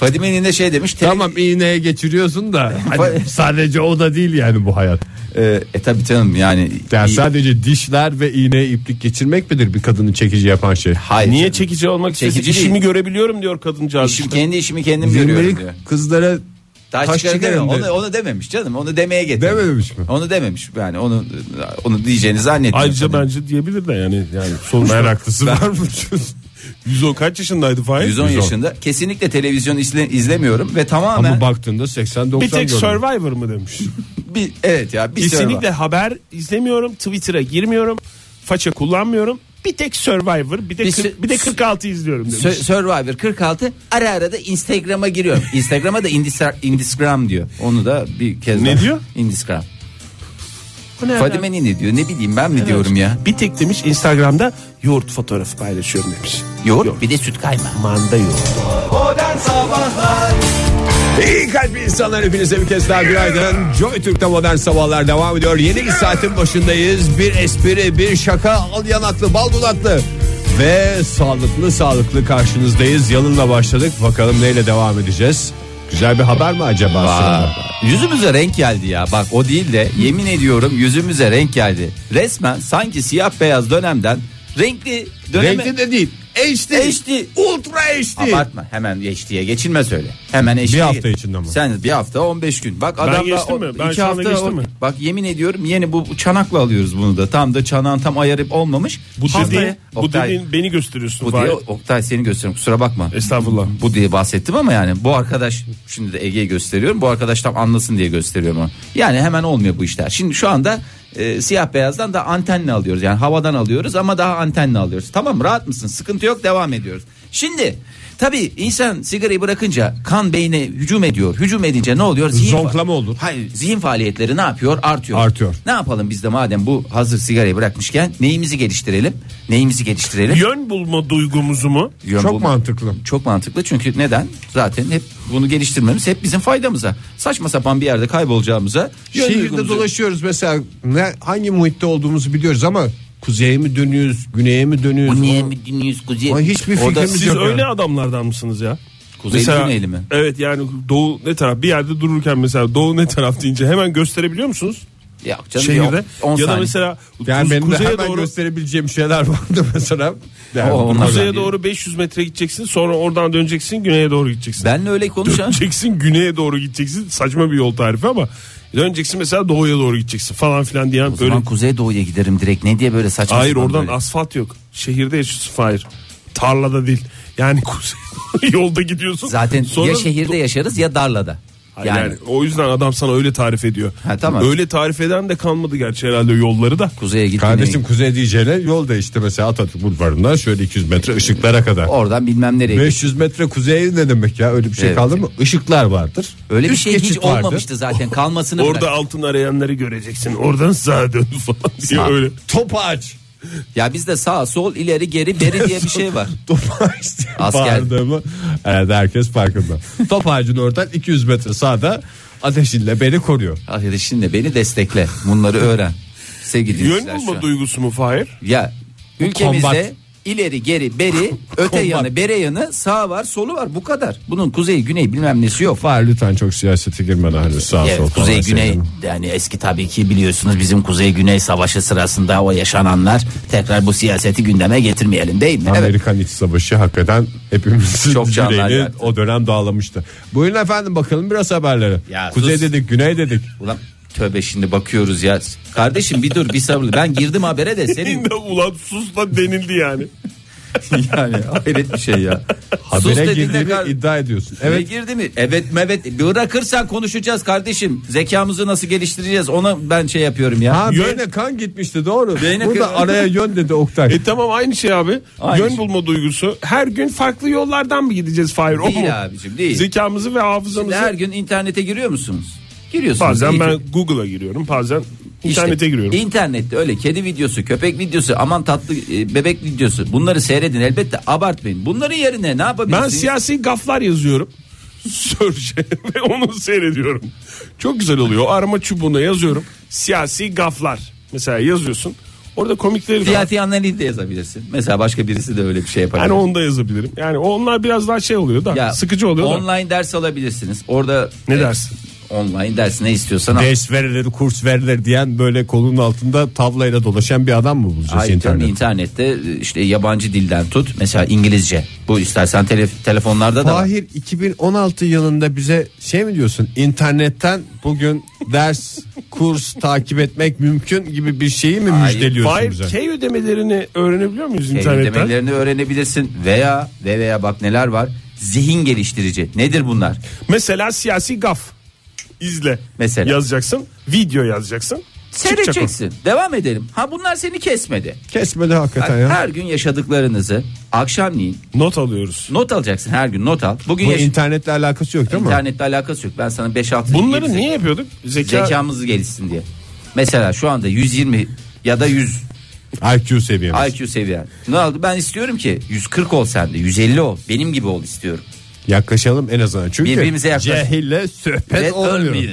Fadime Nine şey demiş. tele- Tamam iğneye geçiriyorsun (laughs) da hani sadece o da değil yani bu hayat. E, e tabii canım yani. Yani İ- sadece dişler ve iğneye iplik geçirmek midir bir kadını çekici yapan şey? Hayır. Niye canım. çekici olmak Çekici çekici değil. İşimi görebiliyorum diyor kadıncağız. İşim, işte. kendi işimi kendim görüyorum Zilmelik diyor. kızlara Taş, taş çıkarırım çıkarırım demiyor. de- onu, onu dememiş canım. Onu demeye getirmiş. Dememiş mi? Onu dememiş. Yani onu onu diyeceğini zannetmiyorum. Ayrıca Fadime. bence diyebilir de yani yani sonuçta meraklısı var (laughs) mı? 110 kaç yaşındaydı Fahir? 110 yaşında. Kesinlikle televizyon izle- izlemiyorum ve tamamen Ama baktığında 80 90 Bir tek Survivor mı demiş? bir evet ya bir Kesinlikle Survivor. haber izlemiyorum, Twitter'a girmiyorum, faça kullanmıyorum. Bir tek Survivor, bir de Bir kır- sü- bir de 46 izliyorum demiş. Sö- Survivor 46 ara ara da Instagram'a giriyorum. Instagram'a da Indisra- Instagram diyor. Onu da bir kez Ne daha- diyor? Instagram. Fadime ne diyor? Ne bileyim ben mi diyorum ya? Bir tek demiş Instagram'da yoğurt fotoğrafı paylaşıyorum demiş. Yoğurt, bir de süt kayma. Manda yoğurt. Modern Sabahlar İyi kalp insanlar hepinize bir kez daha günaydın. Joy Türk'te modern sabahlar devam ediyor. Yeni bir saatin başındayız. Bir espri, bir şaka, al yanaklı, bal dudaklı ve sağlıklı sağlıklı karşınızdayız. Yalınla başladık. Bakalım neyle devam edeceğiz? Güzel bir haber mi acaba? Aa, sırada? yüzümüze renk geldi ya. Bak o değil de yemin ediyorum yüzümüze renk geldi. Resmen sanki siyah beyaz dönemden renkli döneme Renkli de değil. HD. HD. Ultra HD. Abartma hemen HD'ye geçilmez öyle. Hemen HD'ye. hafta içinde mi? Sen bir hafta 15 gün. Bak adam da geçtim o- mi? Ben iki şu anda hafta geçtim o- mi? Bak yemin ediyorum yeni bu, bu çanakla alıyoruz bunu da. Tam da çanağın tam ayarı olmamış. Bu Haftaya- dediğin, bu Oktay, dediğin beni gösteriyorsun bu Fahir. diye Oktay seni gösteriyorum kusura bakma. Estağfurullah. Bu diye bahsettim ama yani bu arkadaş şimdi de Ege'yi gösteriyorum. Bu arkadaş tam anlasın diye gösteriyorum onu. Yani hemen olmuyor bu işler. Şimdi şu anda e, siyah beyazdan da antenle alıyoruz. Yani havadan alıyoruz ama daha antenle alıyoruz. Tamam rahat mısın? Sıkıntı yok devam ediyoruz. Şimdi tabii insan sigarayı bırakınca kan beyne hücum ediyor. Hücum edince ne oluyor? Zihin Zonklama olur. Hayır zihin faaliyetleri ne yapıyor? Artıyor. Artıyor. Ne yapalım biz de madem bu hazır sigarayı bırakmışken neyimizi geliştirelim? Neyimizi geliştirelim? Yön bulma duygumuzu mu? Yön Çok bulma- mantıklı. Çok mantıklı çünkü neden? Zaten hep bunu geliştirmemiz hep bizim faydamıza. Saçma sapan bir yerde kaybolacağımıza. yön Şehirde duygumuzu- dolaşıyoruz mesela ne hangi muhitte olduğumuzu biliyoruz ama kuzeye mi dönüyoruz, güneye mi dönüyoruz? Bu niye Onu- mi dinliyoruz kuzey? Ay, hiçbir O da- fikrimiz Siz Yok öyle yani. adamlardan mısınız ya? Kuzey güneyli mi? Evet yani doğu ne taraf bir yerde dururken mesela doğu ne taraf deyince hemen gösterebiliyor musunuz? Yok canım, Şehirde. Şey yok. 10 ya da saniye. mesela Yani kuz- benim de kuzeye hemen doğru gösterebileceğim şeyler (laughs) vardı mesela. Yani O- onlar kuzeye ben değilim. doğru 500 metre gideceksin sonra oradan döneceksin güneye doğru gideceksin. Benle öyle konuşan. Döneceksin güneye doğru gideceksin saçma bir yol tarifi ama döneceksin mesela doğuya doğru gideceksin falan filan diyen O böyle. zaman kuzey doğuya giderim direkt. Ne diye böyle saçma Hayır sapan oradan böyle. asfalt yok. Şehirde yaşıyorsun hayır. Tarlada değil. Yani kuzey (laughs) yolda gidiyorsun. Zaten Sonra ya şehirde yaşarız ya darlada. Hayır, Yani, yani. o yüzden adam sana öyle tarif ediyor. Ha, tamam. Öyle tarif eden de kalmadı gerçi herhalde yolları da. kuzeye gittiğini Kardeşim kuzey diyeceğine yol değişti mesela Atatürk Bulvarı'ndan şöyle 200 metre ışıklara kadar. oradan bilmem nereye. git. 500 metre kuzey ne demek ya öyle bir şey Evet. kaldı mı? Işıklar vardır. Öyle bir Üst şey hiç geçit vardır. (laughs) olmamıştı zaten. Kalmasını Orada bırak. altın arayanları göreceksin. (laughs) Oradan sağa dön falan diye Sağ. öyle. (laughs) Topaç. Ya bizde sağ, sol, ileri, geri, beri diye bir şey var. Topaç diye Asker. bağırdığımı herhalde herkes farkında. Top ağacın oradan 200 metre sağda ateşinle beni koruyor. Hayır şimdi beni destekle. Bunları öğren. Sevgili Yön dinleyiciler, şu bulma an. duygusu (laughs) mu Fahir? Ya ülkemizde kombat. ileri (laughs) geri beri öte Kombat. yanı bere yanı sağ var solu var bu kadar. Bunun kuzey güney bilmem nesi yok. Var lütfen çok siyasete girme hani sağ sol Evet, falan kuzey şey güney deme. yani eski tabii ki biliyorsunuz bizim kuzey güney savaşı sırasında o yaşananlar tekrar bu siyaseti gündeme getirmeyelim değil mi? Evet. Amerikan İç Savaşı hakikaten hepimizin (laughs) Çok canlar yüreğini yaktı. o dönem dağlamıştı. Buyurun efendim bakalım biraz haberlere. Ya Kuzey sus. dedik, güney dedik. Ulan tövbe şimdi bakıyoruz ya. Kardeşim bir dur bir sabır. Ben girdim habere de (laughs) senin Yine ulan sus da denildi yani. (laughs) yani hayret bir şey ya. Sus Habere dediğinde girdiğini kar- iddia ediyorsun. Evet. Evet. girdi mi? Evet mevet. Bırakırsan konuşacağız kardeşim. Zekamızı nasıl geliştireceğiz ona ben şey yapıyorum ya. Ha Yön- beyne kan gitmişti doğru. Beyne Burada kan- araya yön dedi Oktay. (laughs) E tamam aynı şey abi. Aynı Yön şey. bulma duygusu. Her gün farklı yollardan mı gideceğiz Fahir? O mu? Değil abicim değil. Zekamızı ve Şimdi hafızamızı. her gün internete giriyor musunuz? Giriyorsunuz. Bazen İyi ben ki- Google'a giriyorum. Bazen İşte, internete giriyorum. İnternette öyle kedi videosu, köpek videosu, aman tatlı e, bebek videosu. Bunları seyredin elbette abartmayın. Bunların yerine ne Ben yapabilirsiniz? siyasi gaflar yazıyorum. (laughs) Sörce ve onu seyrediyorum. Çok güzel oluyor. Arama çubuğuna yazıyorum. Siyasi gaflar. Mesela yazıyorsun. Orada komikleri de var. Siyasi analiz de yazabilirsin. Mesela başka birisi de öyle bir şey yapar. Yani onu da yazabilirim. Yani onlar biraz daha şey oluyor da Ya, sıkıcı oluyor da. Online ders alabilirsiniz. Orada Ne e, dersin? Online ders ne istiyorsan al. Ders verileri, kurs verileri diyen böyle kolunun altında tavlayla dolaşan bir adam mı bulacağız Hayır canım, internette? internette e, işte yabancı dilden tut mesela İngilizce. Bu istersen telef- telefonlarda da var. Fahir 2016 yılında bize şey mi diyorsun internetten bugün ders kurs takip etmek mümkün gibi bir şeyi mi Hayır. müjdeliyorsun bize? Fahir K ödemelerini öğrenebiliyor muyuz internetten? Ödemelerini öğrenebilirsin veya ve veya bak neler var. Zihin geliştirici. Nedir bunlar? Mesela siyasi gaf. izle. Mesela. Yazacaksın. Video yazacaksın. Çıkacak o. Seyredeceksin. Devam edelim. Ha bunlar seni kesmedi. Kesmedi hakikaten ya. Her gün yaşadıklarınızı akşamleyin Not alıyoruz. not alacaksın. Her gün not al. Bugün Bu yaş- internetle alakası yok değil mi? internetle alakası yok. Ben sana 5-6 Bunları niye yapıyorduk? Zeka, zekamız gelişsin diye. Mesela şu anda 120 ya da 100 IQ seviyemiz. IQ seviyen. Ne oldu? Ben istiyorum ki 140 ol sen de, 150 ol. Benim gibi ol istiyorum. Yaklaşalım en azından. Çünkü Birbirimize yaklaşalım. cehille sohbet Red olmuyor. olmuyor.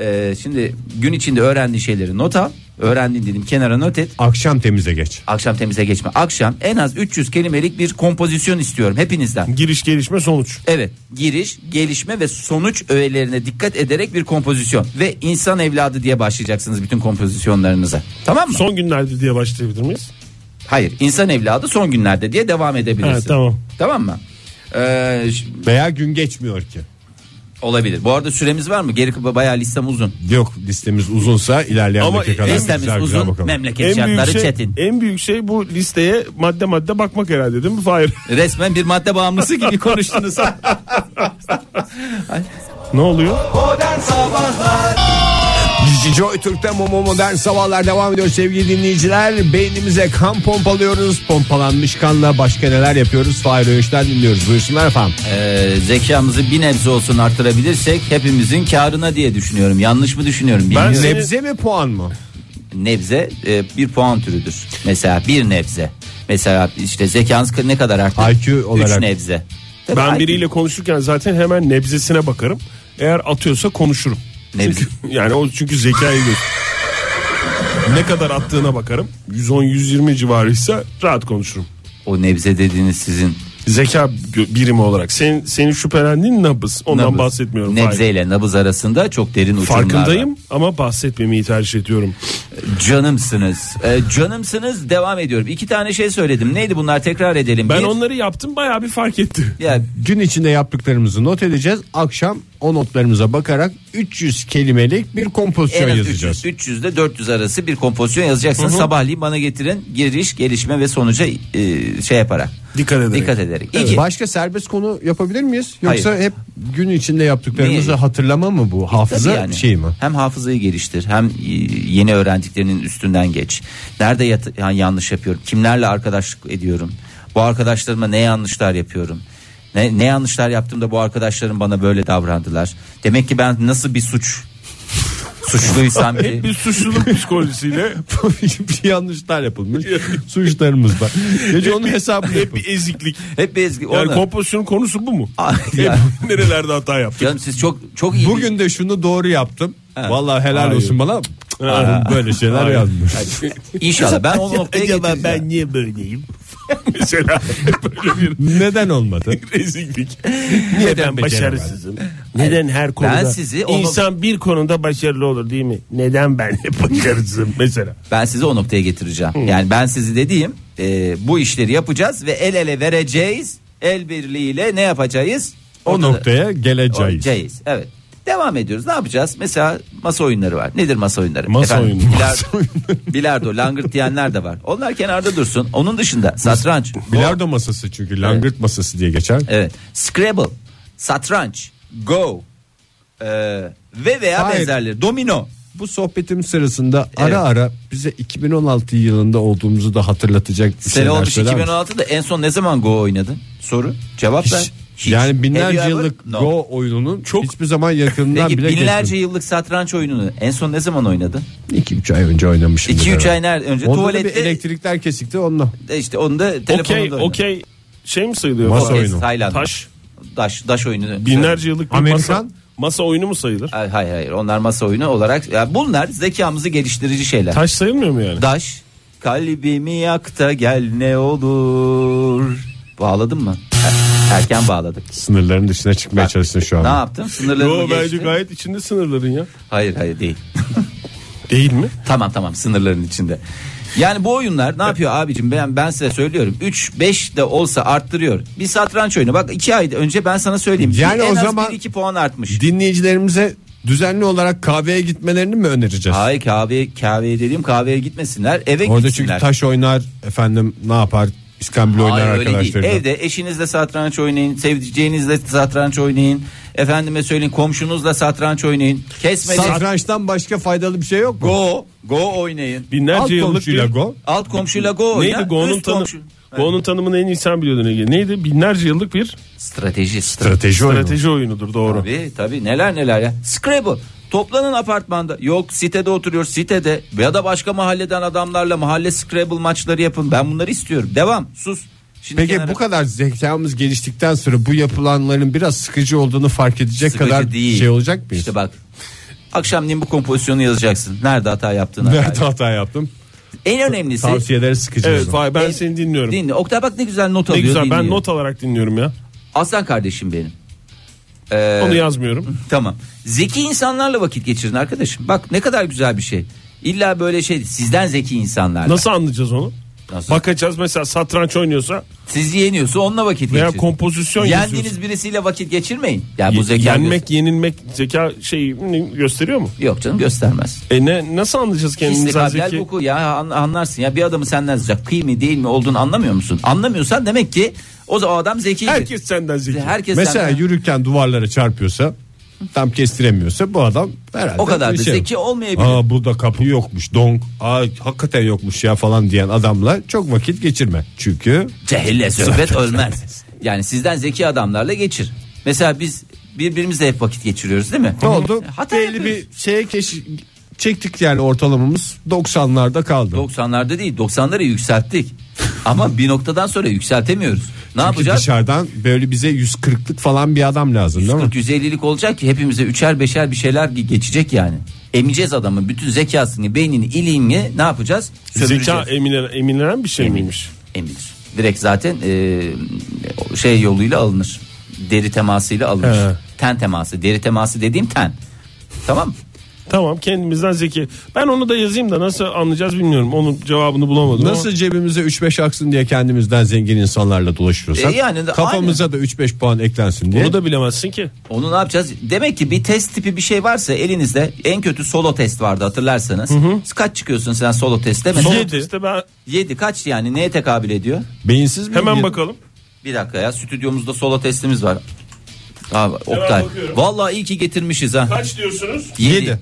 Ee, şimdi gün içinde öğrendiğin şeyleri not al. Öğrendiğin dedim kenara not et. Akşam temize geç. Akşam temize geçme. Akşam en az 300 kelimelik bir kompozisyon istiyorum hepinizden. giriş gelişme sonuç. Evet giriş, gelişme ve sonuç öğelerine dikkat ederek bir kompozisyon. Ve insan evladı diye başlayacaksınız bütün kompozisyonlarınıza. Tamam mı? Son günlerde diye başlayabilir miyiz? Hayır insan evladı son günlerde diye devam edebilirsin. Evet, tamam. Tamam mı? Ee, ş- Veya gün geçmiyor ki. olabilir. Bu arada süremiz var mı? Geri bayağı listem uzun. Yok listemiz uzunsa ilerleyen Ama dakikalarda güzel Listemiz güzel uzun bakalım. memleket en büyük şartları şey, çetin. En büyük şey bu listeye madde madde bakmak herhalde değil mi Fahir? Resmen bir madde bağımlısı gibi (laughs) konuştunuz. ne oluyor? Modern Sabahlar Joy Türk'te Momo Modern Sabahlar devam ediyor sevgili dinleyiciler. Beynimize kan pompalıyoruz. Pompalanmış kanla başka neler yapıyoruz? Fahir Öğüş'ten dinliyoruz. Buyursunlar efendim. Ee, zekamızı bir nebze olsun artırabilirsek hepimizin karına diye düşünüyorum. Yanlış mı düşünüyorum? Bilmiyorum. seni- Nebze mi puan mı? Nebze e, bir puan türüdür. Mesela bir nebze. Mesela işte zekanız ne kadar arttı? IQ olarak. Üç nebze. Tabii Ben IQ. biriyle konuşurken zaten hemen nebzesine bakarım. Eğer atıyorsa konuşurum. Nebze. Çünkü- yani o çünkü zekayı göz. ne kadar attığına bakarım. 110-120 civarıysa rahat konuşurum. O nebze dediğiniz sizin Zeka gö- birimi olarak. Senin, senin şüphelendiğin nabız. Ondan nabız. bahsetmiyorum. Nebze ile nabız arasında çok derin uçurumlar var. Farkındayım ama bahsetmemeyi tercih ediyorum. Canımsınız. Ee, canımsınız devam ediyorum. İki tane şey söyledim. Neydi bunlar tekrar edelim. Ben Bir- onları yaptım bayağı bir fark etti. ya Gün içinde yaptıklarımızı not edeceğiz. Akşam o notlarımıza bakarak 300 kelimelik bir en kompozisyon az yazacağız. 300, 300 ile 400 arası bir kompozisyon yazacaksın. Sabahleyin bana getirin giriş, gelişme ve sonuca e, şey yaparak. Dikkat ederek. Dikkat ederek. Evet. İki. Başka serbest konu yapabilir miyiz? Yoksa Hayır. hep gün içinde yaptıklarımızı Ne? hatırlama mı bu? Tabii Hafıza yani. şey mi? (laughs) Hem hafızayı geliştir hem e, yeni öğrendiklerinin üstünden geç. Nerede yat- yani yanlış yapıyorum? Kimlerle arkadaşlık ediyorum? Bu arkadaşlarıma ne yanlışlar yapıyorum? Ne, ne yanlışlar yaptığımda bu arkadaşlarım bana böyle davrandılar. Demek ki ben nasıl bir suç suçluysam ki. Hep bir suçluluk psikolojisiyle bir yanlışlar yapılmış suçlarımız var. Gece onun hesabını hep yapın. bir eziklik. Hep bir ezgi. Yani onu- kompozisyonun konusu bu mu? Ay, Hep (laughs) ya. (laughs) nerelerde hata yaptık? Canım siz çok çok iyi. Bugün de şunu doğru yaptım. Vallahi helal Hayır. olsun bana. Böyle şeyler Hayır. yazmış. İnşallah ben o noktaya getireceğim. niye böyleyim? (laughs) Mesela (laughs) böyle (laughs) bir Neden olmadı? rezillik. Niye ben başarısızım? Neden her konuda? Ben sizi o- İnsan bir konuda başarılı olur değil mi? Neden ben hep (laughs) başarısızım mesela? Ben sizi o noktaya getireceğim. Yani ben sizi dediğim e, bu işleri yapacağız ve el ele vereceğiz. El birliğiyle ne yapacağız? O Ortada- noktaya geleceğiz. Olacağız. Evet. Devam ediyoruz. Ne yapacağız? Mesela masa oyunları var. Nedir masa oyunları? Masa oyunu, bilar- masa (laughs) bilardo, langırt diyenler de var. Onlar kenarda dursun. Onun dışında satranç. Bilardo masası çünkü langırt masası diye geçer. Evet. Scrabble, satranç, go. e, ve veya Hayır. benzerleri. Domino. Bu sohbetim sırasında Evet. ara ara bize 2016 yılında olduğumuzu da hatırlatacak bir Sene şeyler olmuş söyler misin? 2016'da en son ne zaman go oynadın? Soru. Cevap ver. Hiç. Hiç. Yani Have you binlerce ever? yıllık No. Go oyununun çok hiçbir zaman yakınından Peki bile binlerce geçmedim. yıllık satranç oyununu en son ne zaman oynadın? 2-3 ay önce oynamışım. 2-3 ay nerede önce Onda da bir tuvalette elektrikler kesikti onunla. E işte onu da telefonunda Okey oynadım. okey şey mi sayılıyor? Masa Okey, oyunu. Tayland. Taş. Daş, daş oyunu. Binlerce yıllık bir Amerikan? masa, masa oyunu mu sayılır? Hayır hayır, hayır. onlar masa oyunu olarak. Ya bunlar zekamızı geliştirici şeyler. Taş sayılmıyor mu yani? Daş kalbimi yakta gel ne olur. Bağladın mı? Er- Erken bağladık. Sınırların dışına çıkmaya çalıştın şu Ne an. yaptım? Sınırlarımı Yo bence geçtim. gayet içinde sınırların ya. Hayır hayır (laughs) değil. Değil mi? Tamam tamam sınırların içinde. Yani bu oyunlar ne yapıyor abicim ben ben size söylüyorum 3 5 de olsa arttırıyor. Bir satranç oyunu bak 2 ay önce ben sana söyleyeyim. Yani Bir- en o az zaman- 1 2 puan artmış. Dinleyicilerimize düzenli olarak kahveye gitmelerini mi önereceğiz? Hayır kahve kahveye dediğim kahveye gitmesinler eve Orada çünkü gitsinler. taş oynar efendim ne yapar iskambil oynar Hayır, öyle değil. arkadaşlarıyla. Evde eşinizle satranç oynayın, sevdiceğinizle satranç oynayın. Efendime söyleyin komşunuzla satranç oynayın. Kesmedi. Satrançtan başka faydalı bir şey yok mu? go, go oynayın. Binlerce Alt yıllık komşuyla bir- go. Alt komşuyla go oyna. Neydi Go'nun üst tanımı? komşu- Go'nun tanımını en iyi sen biliyordun Ege. Neydi? Binlerce yıllık bir Strateji, strateji. Strateji oyunu. strateji oyunudur doğru. Tabii tabii neler neler ya. Scrabble. Toplanın apartmanda. Yok sitede oturuyor sitede. Ya da başka mahalleden adamlarla mahalle Scrabble maçları yapın. Ben bunları istiyorum. Devam. Sus. Şimdi Peki kenara- bu kadar zekamız geliştikten sonra bu yapılanların biraz sıkıcı olduğunu fark edecek Sıkıcı kadar değil. şey olacak mıyız? (laughs) İşte bak. Akşamleyin bu kompozisyonu yazacaksın. Nerede hata yaptığını. Nerede hata yaptım? En önemlisi. Tavsiyeleri sıkıcı. o Evet zaman. Fahir ben E, seni dinliyorum. Dinle. Oktay bak ne güzel not ne alıyor. güzel ben dinliyor. not alarak dinliyorum ya. Aslan kardeşim benim. Ee, Onu yazmıyorum. Tamam. Zeki insanlarla vakit geçirin arkadaşım. Bak ne kadar güzel bir şey. İlla böyle şey sizden zeki insanlarla. Nasıl anlayacağız onu? Nasıl? Bakacağız mesela satranç oynuyorsa Sizi yeniyorsa onunla vakit veya geçirin. kompozisyon yazıyorsa. Yendiğiniz birisiyle vakit geçirmeyin. Ya bu Ye- zeka Yenmek, yenilmek zeka şeyini gösteriyor mu? yok canım göstermez. E ne nasıl anlayacağız kendimizden İstikabel zeki? boku ya an- anlarsın ya bir adamı senden zeki kıy mı değil mi olduğunu anlamıyor musun? Anlamıyorsan demek ki o, o adam zeki. Herkes senden zeki. herkes Mesela senden- yürürken duvarlara çarpıyorsa tam kestiremiyorsa bu adam herhalde O kadar da bir şey- zeki olmayabilir. Aa burada kapı yokmuş donk. Aa hakikaten yokmuş ya falan diyen adamla çok vakit geçirme. Çünkü Cehille sohbet ölmez. Yani sizden zeki adamlarla geçir. Mesela biz birbirimizle hep vakit geçiriyoruz değil mi? ne oldu? Hata Belli yapıyoruz. bir şeye keş- çektik yani ortalamamız 90'larda kaldı. 90'larda değil 90'ları yükselttik. Ama bir noktadan sonra yükseltemiyoruz. Ne Çünkü yapacağız? dışarıdan böyle bize 140'lık falan bir adam lazım değil mi? 140-150'lik olacak ki hepimize üçer beşer bir şeyler ge- geçecek yani. Emeceğiz adamın bütün zekasını, beynini, iliğini ne yapacağız? Sömüreceğiz. Zeka eminen, eminen bir şey miymiş? Emilir. Direkt zaten e, şey yoluyla alınır. Deri temasıyla alınır. He. Ten teması. Deri teması dediğim ten. Tamam mı? Tamam kendimizden zeki. Ben onu da yazayım da nasıl anlayacağız bilmiyorum. Onun cevabını bulamadım. ama- Nasıl cebimize 3-5 aksın diye kendimizden zengin insanlarla dolaşıyorsak E, yani de- kafamıza da 3-5 puan eklensin diye. Onu da bilemezsin ki. Onu ne yapacağız? Demek ki bir test tipi bir şey varsa elinizde en kötü solo test vardı hatırlarsanız. Kaç çıkıyorsun sen solo testte? Son Mesela testte ben 7 kaç yani neye tekabül ediyor? Beyinsiz mi? hemen bakalım. Bir dakika ya stüdyomuzda solo testimiz var. Abi Oktay. bakıyorum. Vallahi iyi ki getirmişiz ha. Kaç diyorsunuz? 7. Yedi.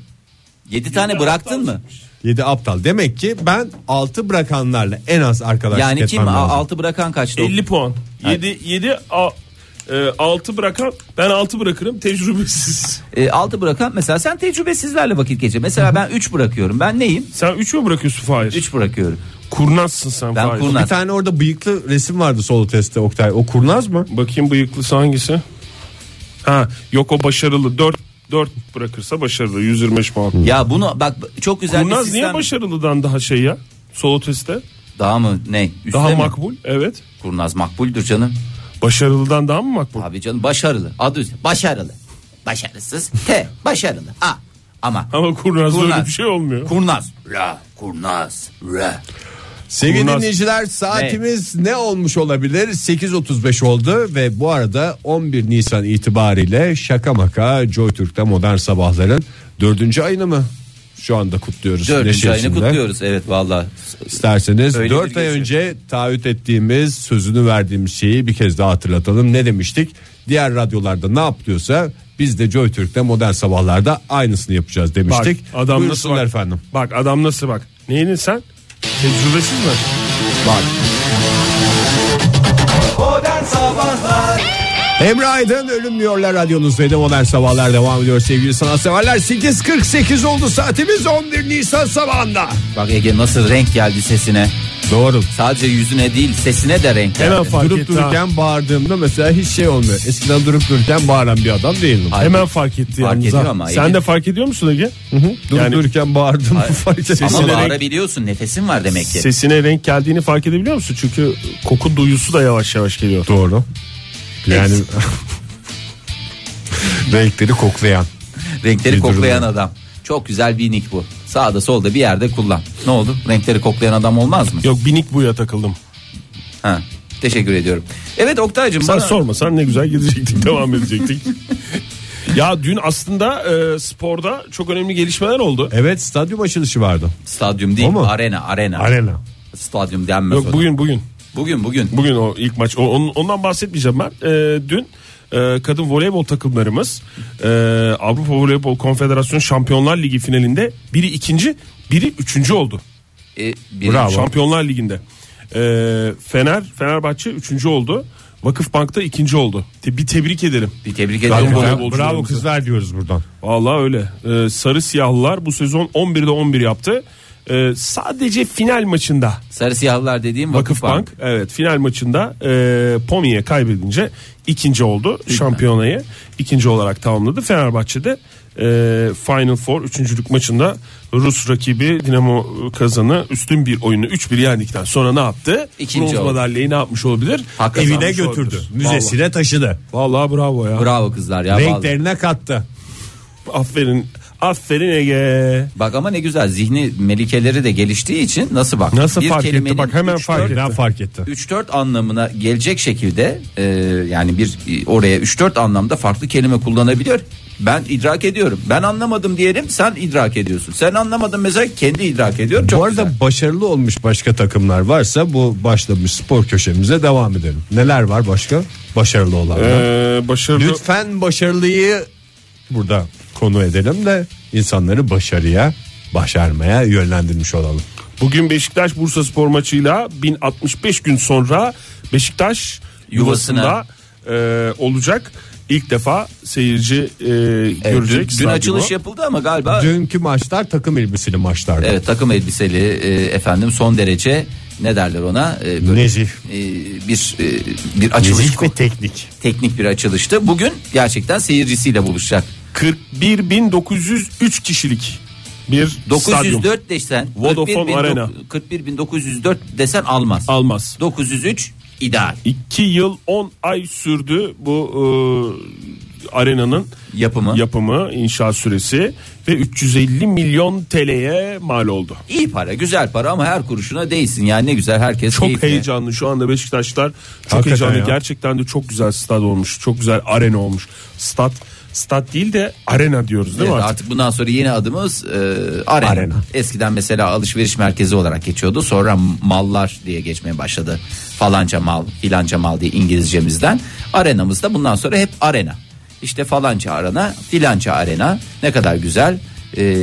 7 tane bıraktın mı? 7 aptal. Demek ki ben 6 bırakanlarla en az arkadaşlık Yani etmem kim lazım. 6 bırakan kaçtı? 50 puan. 7 7 6 e, bırakan ben 6 bırakırım tecrübesiz. (laughs) E, altı bırakan mesela sen tecrübesizlerle vakit geçir. Mesela ben 3 bırakıyorum. Ben neyim? Sen 3 mü bırakıyorsun Fahir? 3 bırakıyorum. Kurnazsın sen Ben Fahir. kurnaz. Bir tane orada bıyıklı resim vardı solo testte Oktay. O kurnaz mı? Bakayım bıyıklısı hangisi? Ha yok o başarılı. 4 4 bırakırsa başarılı 125 puan. Ya bunu bak çok güzel bir Kurnaz sistem. niye başarılıdan daha şey ya? Solo testte Daha mı ne? Üstte daha mi? makbul. Evet. Kurnaz makbuldür canım. Başarılıdan daha mı makbul? Abi canım başarılı. Adı üstü. Başarılı. Başarısız. T. Başarılı. A. Ama Ama kurnazda öyle Kurnaz. bir şey olmuyor. kurnaz. La. Kurnaz. La. Sevgili Bunlar- dinleyiciler saatimiz ne? olmuş olabilir? 8.35 oldu ve bu arada 11 Nisan itibariyle şaka maka JoyTürk'te modern sabahların 4. ayını mı? Şu anda kutluyoruz. Dördüncü ayını neşesinde. kutluyoruz. Evet valla. İsterseniz Öyle bir 4 ay geçiyor. önce taahhüt ettiğimiz sözünü verdiğimiz şeyi bir kez daha hatırlatalım. Ne demiştik? Diğer radyolarda ne yapıyorsa biz de JoyTürk'te modern sabahlarda aynısını yapacağız Bak, demiştik. adam nasıl Buyursunlar bak, efendim. Bak adam nasıl bak. Neyin sen? Tecrübesiz mi? Bak. Modern Sabahlar Emre Aydın ölünmüyorlar radyonuzdaydı modern sabahlar devam ediyor sevgili sanatseverler 8.48 oldu saatimiz 11 Nisan sabahında Bak Ege nasıl renk geldi sesine. Doğru Sadece yüzüne değil sesine de renk geldi. Hemen fark Durup etti. ha. dururken bağırdığımda mesela hiç şey olmuyor eskiden durup dururken bağıran bir adam değildim Hayır. Hemen fark etti Fark yalnız ediyor ha. ama Sen Ege. de fark ediyor musun Ege? Durup Yani- dururken bağırdım fark etmedim. Ama Sesine renk- bağırabiliyorsun. Nefesin var demek ki. Sesine renk geldiğini fark edebiliyor musun? Çünkü koku duyusu da yavaş yavaş geliyor. Doğru yani renkleri koklayan Renkleri Bir koklayan durum adam. Çok güzel bir nick bu. Sağda solda bir yerde kullan. Ne oldu? Renkleri koklayan adam olmaz mı? Yok binik buya takıldım. Ha. Teşekkür ediyorum. Evet Oktay'cığım Sen bana... sormasan ne güzel gidecektik (laughs) devam edecektik. ya dün aslında e, sporda çok önemli gelişmeler oldu. evet stadyum açılışı vardı Stadyum değil O mu? arena arena. Arena. Stadyum denmez Yok ona. bugün bugün. Bugün bugün. Bugün o ilk maç. O- onun- ondan bahsetmeyeceğim ben. Ee, dün e, kadın voleybol takımlarımız e, Avrupa Voleybol Konfederasyonu Şampiyonlar Ligi finalinde biri ikinci, biri üçüncü oldu. E, bir- Şampiyonlar Ligi'nde. Ee, Fener, Fenerbahçe üçüncü oldu. Vakıfbank'ta ikinci oldu. Te- bir tebrik ederim. Bir tebrik ederim. Bravo. Bravo. Futbolcularımızı. bravo kızlar diyoruz buradan Vallahi öyle. Ee, sarı siyahlılar bu sezon 11'de 11 yaptı. Ee, sadece final maçında Sarı siyahlar dediğim Vakıfbank. Vakıfbank evet final maçında e, Pomi'ye kaybedince ikinci oldu. Şampiyonayı ikinci olarak tamamladı. Fenerbahçe'de e, Final Four üçüncülük maçında Rus rakibi Dinamo Kazan'ı üstün bir oyunu 3-1 yendikten sonra ne yaptı? İkinci Bronz oldu. madalyayı ne yapmış olabilir? Hak evine kazanmış götürdü olabilir. müzesine taşıdı Vallahi, vallahi bravo ya. Bravo kızlar ya. vallahi. renklerine kattı Aferin. Aferin Ee, Ege. Bak ama ne güzel zihni melikeleri de geliştiği için nasıl bak. Nasıl Bir fark etti? kelimenin Bak hemen üç, fark dört- etti. ben fark etti 3-4 anlamına gelecek şekilde e, yani bir e, oraya 3-4 anlamda farklı kelime kullanabiliyor. Ben idrak ediyorum. Ben anlamadım diyelim sen idrak ediyorsun. Sen anlamadın mesela kendi idrak ediyor. Çok bu arada güzel. başarılı olmuş başka takımlar varsa bu başlamış spor köşemize devam Ee, edelim. Neler var başka başarılı olanlar? Ee, başarılı Lütfen başarılıyı burada konu edelim de insanları başarıya, başarmaya yönlendirmiş olalım. Bugün Beşiktaş Bursa Spor maçıyla 1065 gün sonra Beşiktaş yuvasında Yuvasına. e, olacak. İlk defa seyirci e, Evet, görecek. dün, dün stadyumu. açılış yapıldı ama galiba Dünkü maçlar takım elbiseli maçlardı. evet, takım elbiseli e, efendim son derece ne derler ona E, böyle, Nezih. e, bir e, bir açılış Nezih ve teknik. teknik bir açılıştı. Bugün gerçekten seyircisiyle buluşacak. 41.903 kişilik bir stadyum 904 desen Vodafone 41.904 Arena. 41.904 desen almaz. almaz. 903 ideal. 2 yıl 10 ay sürdü bu e, arenanın Yapımı. yapımı, inşaat süresi ve 350 milyon TL'ye mal oldu. İyi para, güzel para ama her kuruşuna değsin. Yani ne güzel herkes Çok keyifle. heyecanlı şu anda Beşiktaşlar. Çok Hakikaten heyecanlı. ya. Gerçekten de çok güzel stad olmuş. Çok güzel arena olmuş. Stat stat değil de arena diyoruz değil Evet, mi artık? artık? bundan sonra yeni adımız e, arena. Arena. Eskiden mesela alışveriş merkezi olarak geçiyordu. Sonra mallar diye geçmeye başladı. Falanca mal, filanca mal diye İngilizcemizden. Arenamız da bundan sonra hep arena. İşte falanca arena, filanca arena. Ne kadar güzel e,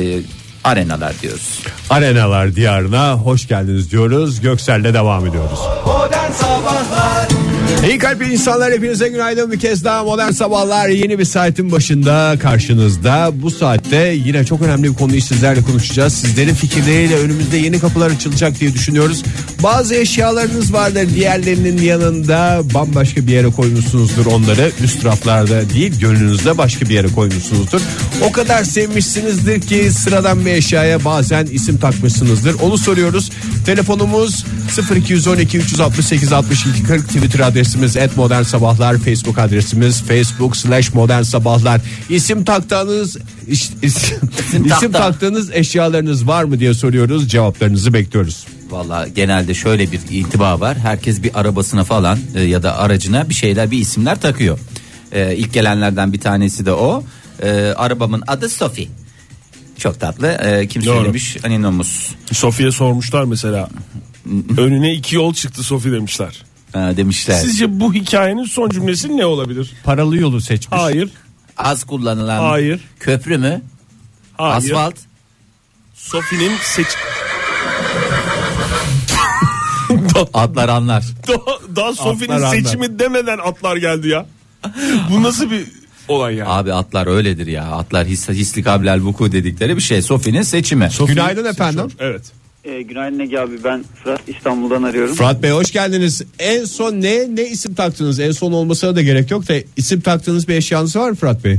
arenalar diyoruz. Arenalar diyarına hoş geldiniz diyoruz. Göksel'le devam ediyoruz. Modern Sabahlar İyi kalpli insanlar hepinize günaydın bir kez daha modern sabahlar yeni bir saatin başında karşınızda bu saatte yine çok önemli bir konuyu sizlerle konuşacağız sizlerin fikirleriyle önümüzde yeni kapılar açılacak diye düşünüyoruz bazı eşyalarınız vardır diğerlerinin yanında bambaşka bir yere koymuşsunuzdur onları üst raflarda değil gönlünüzde başka bir yere koymuşsunuzdur o kadar sevmişsinizdir ki sıradan bir eşyaya bazen isim takmışsınızdır onu soruyoruz telefonumuz 0212 368 62 40 Twitter adresimiz et modern sabahlar Facebook adresimiz facebook slash modern sabahlar isim taktığınız iş- isim, isim takta. taktığınız eşyalarınız var mı diye soruyoruz cevaplarınızı bekliyoruz. Valla genelde şöyle bir intiba var. Herkes bir arabasına falan e, ya da aracına bir şeyler bir isimler takıyor. E, ilk gelenlerden bir tanesi de o. E, arabamın adı Sophie. Çok tatlı. E, kim Doğru. söylemiş? Aninomus. Sofi'ye sormuşlar mesela. Önüne iki yol çıktı Sofi demişler. E, demişler. Sizce bu hikayenin son cümlesi ne olabilir? Paralı yolu seçmiş. Hayır. Az kullanılan Hayır. köprü mü? Hayır. Asfalt. Sofi'nin seç (laughs) Atlar anlar. daha, daha Sofi'nin Atlar seçimi demeden atlar geldi ya. Bu nasıl bir olay ya? Abi atlar öyledir ya. Atlar his, hisli kablel vuku dedikleri bir şey. Sophie'nin seçimi. Günaydın efendim. Evet. E, günaydın Ege abi ben Fırat İstanbul'dan arıyorum. Fırat Bey hoş geldiniz. En son ne ne isim taktınız? En son olmasına da gerek yok da isim taktığınız bir eşyanız var mı Fırat Bey?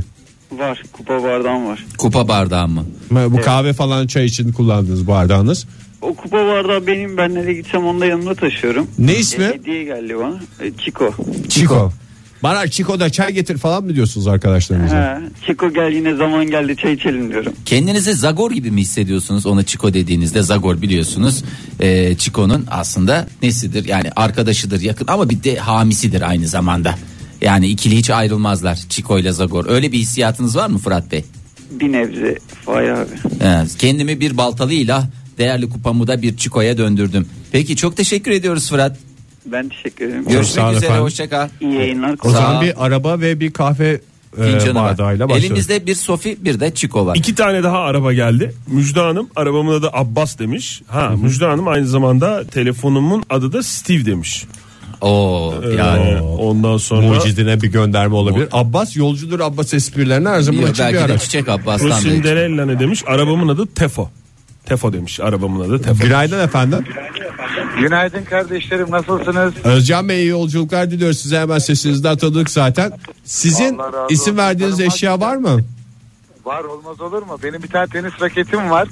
Var kupa bardağım var. Kupa bardağı mı? Bu kahve falan çay için kullandığınız bardağınız. O kupa bardağı benim ben nereye gitsem onu da yanımda taşıyorum. Ne ismi? E, hediye geldi bana. E, Çiko. Çiko. Bana Çiko'da çay getir falan mı diyorsunuz arkadaşlarınıza? He, Çiko gel yine zaman geldi çay içelim diyorum. Kendinizi Zagor gibi mi hissediyorsunuz? Ona Çiko dediğinizde Zagor biliyorsunuz. Ee, Çiko'nun aslında nesidir? Yani arkadaşıdır yakın ama bir de hamisidir aynı zamanda. Yani ikili hiç ayrılmazlar Çiko ile Zagor. Öyle bir hissiyatınız var mı Fırat Bey? Bir nebze Fay abi. Ee, kendimi bir baltalıyla değerli kupamı da bir Çiko'ya döndürdüm. Peki çok teşekkür ediyoruz Fırat. Ben teşekkür ederim. Görüşmek sağ olun üzere efendim. Ee, hoşçakal. İyi yayınlar. O Sağ- zaman bir araba ve bir kahve e, bardağıyla başlıyoruz. Elimizde bir Sofi bir de Çiko var. İki tane daha araba geldi. Müjde Hanım arabamın adı Abbas demiş. Ha Müjde Hanım aynı zamanda telefonumun adı da Steve demiş. Oo Ee, yani. Yani ondan sonra Mucidine bir gönderme olabilir. Abbas yolcudur Abbas esprilerine her zaman Yok, açık bir belki de araç. Çiçek Abbas'tan da- Cinderella ne demiş? Arabamın adı Tefo. Tefo demiş arabamın adı Tefo. Günaydın efendim. Günaydın kardeşlerim nasılsınız? Özcan Bey iyi yolculuklar diliyoruz. Size hemen sesinizden tanıdık zaten. Sizin Allah razı isim olsun. verdiğiniz Canım eşya var mı? Var olmaz olur mu? Benim bir tane tenis raketim var.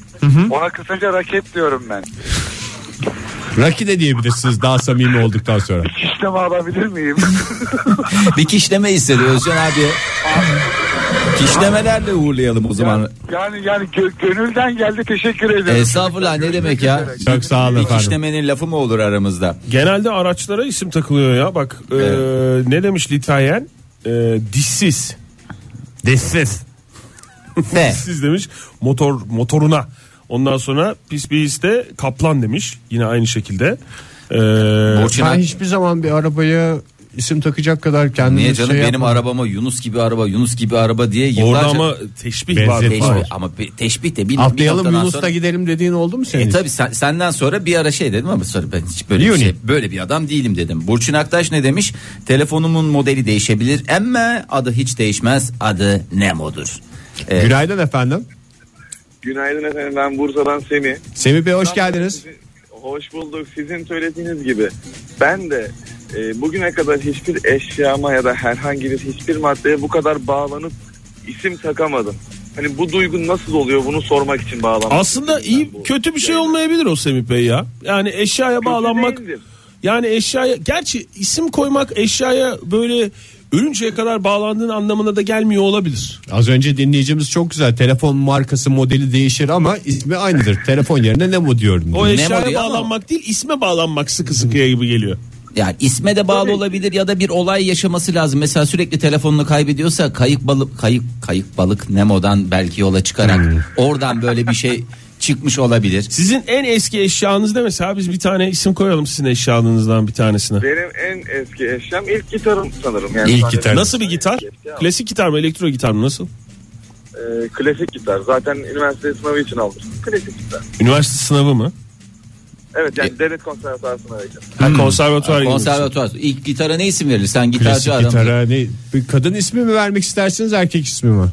Ona kısaca raket diyorum ben. Raki de diyebilirsiniz daha samimi olduktan sonra. İşlemi alabilir miyim? Bir kişleme istedi Özcan abi. Kişlemelerle uğurlayalım o zaman. yani yani gö- gönülden geldi teşekkür ederim. Estağfurullah ne demek ya? Çok sağ olun Bir efendim. kişlemenin lafı mı olur aramızda? Genelde araçlara isim takılıyor ya bak. e, ne demiş Litayen? E, dişsiz. Dişsiz. Ve Siz demiş motor motoruna. Ondan sonra pis bir his de kaplan demiş. Yine aynı şekilde. Ee, Burçin Ben Ak- hiçbir zaman bir arabaya isim takacak kadar kendini Niye canım şey benim yapma. arabama Yunus gibi araba Yunus gibi araba diye Orada yıllarca ama teşbih var. Benzetme Fahir. teşbih ama bir- teşbih de bir, Atlayalım bir noktadan Yunus'ta sonra- gidelim dediğin oldu mu senin? E tabi sen- senden sonra bir ara şey dedim ama sonra ben hiç böyle bir, Yuni. şey, böyle bir adam değilim dedim. Burçin Aktaş ne demiş? Telefonumun modeli değişebilir ama adı hiç değişmez. Adı Nemo'dur. E, Günaydın efendim. Günaydın efendim ben Bursa'dan Semih. Semih Bey hoş geldiniz. Sizi- Hoş bulduk. Sizin söylediğiniz gibi ben de e, bugüne kadar hiçbir eşyama ya da herhangi bir hiçbir maddeye bu kadar bağlanıp isim takamadım. Hani bu duygu nasıl oluyor bunu sormak için bağlanmak. Aslında iyi kötü bir şey olmayabilir o Semih Bey ya. Yani eşyaya bağlanmak değildir. yani eşyaya gerçi isim koymak eşyaya böyle ölünceye kadar bağlandığın anlamına da gelmiyor olabilir. Az önce dinleyicimiz çok güzel. Telefon markası modeli değişir ama ismi aynıdır. Telefon yerine ne bu diyorum. O eşyaya diyor ama- bağlanmak değil isme bağlanmak sıkı sıkıya gibi geliyor. yani isme de bağlı olabilir ya da bir olay yaşaması lazım. Mesela sürekli telefonunu kaybediyorsa kayık balık kayık kayık balık Nemo'dan belki yola çıkarak Hmm. oradan böyle bir şey çıkmış olabilir. Sizin en eski eşyanız ne mesela biz bir tane isim koyalım sizin eşyanızdan bir tanesine. Benim en eski eşyam ilk gitarım sanırım. Yani İlk sadece- gitar. Nasıl bir gitar? Klasik gitar mı elektro gitar mı nasıl? E, klasik gitar. Zaten üniversite sınavı için aldım. Klasik gitar. Üniversite sınavı mı? Evet yani devlet konservatuar sınavı için. Ha, konservatuvar gibi. Konservatuar. İlk gitara ne isim verilir? Sen gitarcı şey. Klasik adam. gitara ne- bir kadın ismi mi vermek istersiniz erkek ismi mi?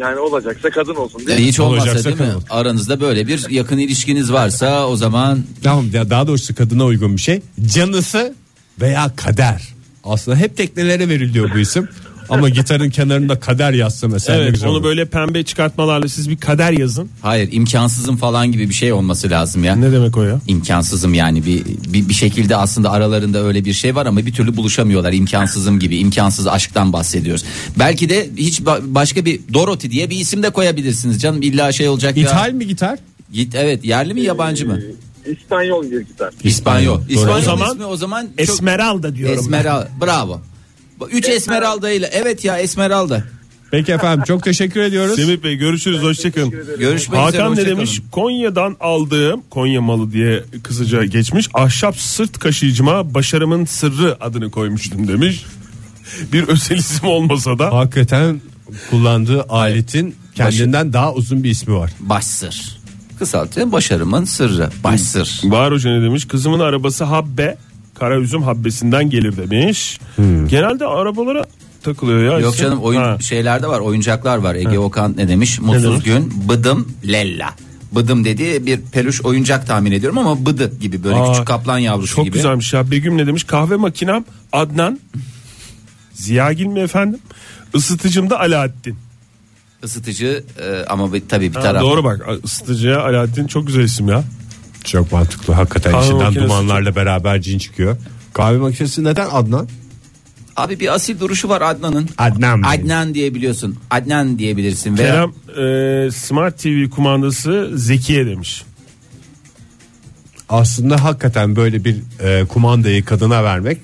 Yani olacaksa kadın olsun E, değil mi? Hiç olmazsa Olacaksa değil mi? kalın. Aranızda böyle bir yakın ilişkiniz varsa o zaman Tamam ya daha doğrusu kadına uygun bir şey. Canısı veya kader. Aslında hep teknelere veriliyor bu isim. Ama gitarın kenarında kader yazsa mesela. ne Evet güzel onu olur. böyle pembe çıkartmalarla siz bir kader yazın. hayır imkansızım falan gibi bir şey olması lazım ya. Ne demek o ya? İmkansızım yani bir, bir bir şekilde aslında aralarında öyle bir şey var ama bir türlü buluşamıyorlar. İmkansızım gibi imkansız aşktan bahsediyoruz. Belki de hiç ba- başka bir Dorothy diye bir isim de koyabilirsiniz canım. İlla şey olacak İthal ya. mi gitar? Git evet yerli mi yabancı mı? İspanyol bir gitar. İspanyol. İspanyol O zaman ismi o zaman çok- Esmeralda diyorum. Esmeralda. Bravo. Üç Esmeralda ile. Evet ya Esmeralda. Peki efendim çok teşekkür ediyoruz. Semih Bey görüşürüz hoşçakalın. Görüşmek üzere. Hakan ne hoşça demiş? kalın. Konya'dan aldığım Konya malı diye kısaca geçmiş. Ahşap sırt kaşıyıcıma başarımın sırrı adını koymuştum demiş. (laughs) Bir özel isim olmasa da Hakikaten kullandığı aletin kendinden daha uzun bir ismi var. Başsır. Kısaltıyorum başarımın sırrı. Başsır. Bahar Hoca ne demiş? Kızımın arabası habbe. Kara üzüm habbesinden gelir demiş. Genelde arabalara takılıyor ya. Yok isim. canım oyun şey Ha. şeylerde var oyuncaklar var. Ege Okan ne demiş? Mutsuz gün bıdım lella. Bıdım dediği bir peluş oyuncak tahmin ediyorum ama bıdı gibi böyle Aa, küçük kaplan yavrusu Çok gibi. güzelmiş ya. Begüm ne demiş? Kahve makinem Adnan. Ziyagil mi efendim? Isıtıcım da Alaaddin. Isıtıcı e, ama bir- tabii bir Ha, taraf. doğru bak ısıtıcıya Alaaddin çok güzel isim ya. Çok mantıklı hakikaten Kahve içinden makinesi dumanlarla beraber cin çıkıyor. Kahve makinesi neden Adnan? Abi bir asil duruşu var Adnan'ın. Adnan mı? Adnan diyebiliyorsun. Adnan diyebilirsin. Veya Kerem e, Smart TV kumandası Zekiye demiş. Aslında hakikaten böyle bir e, kumandayı kadına vermek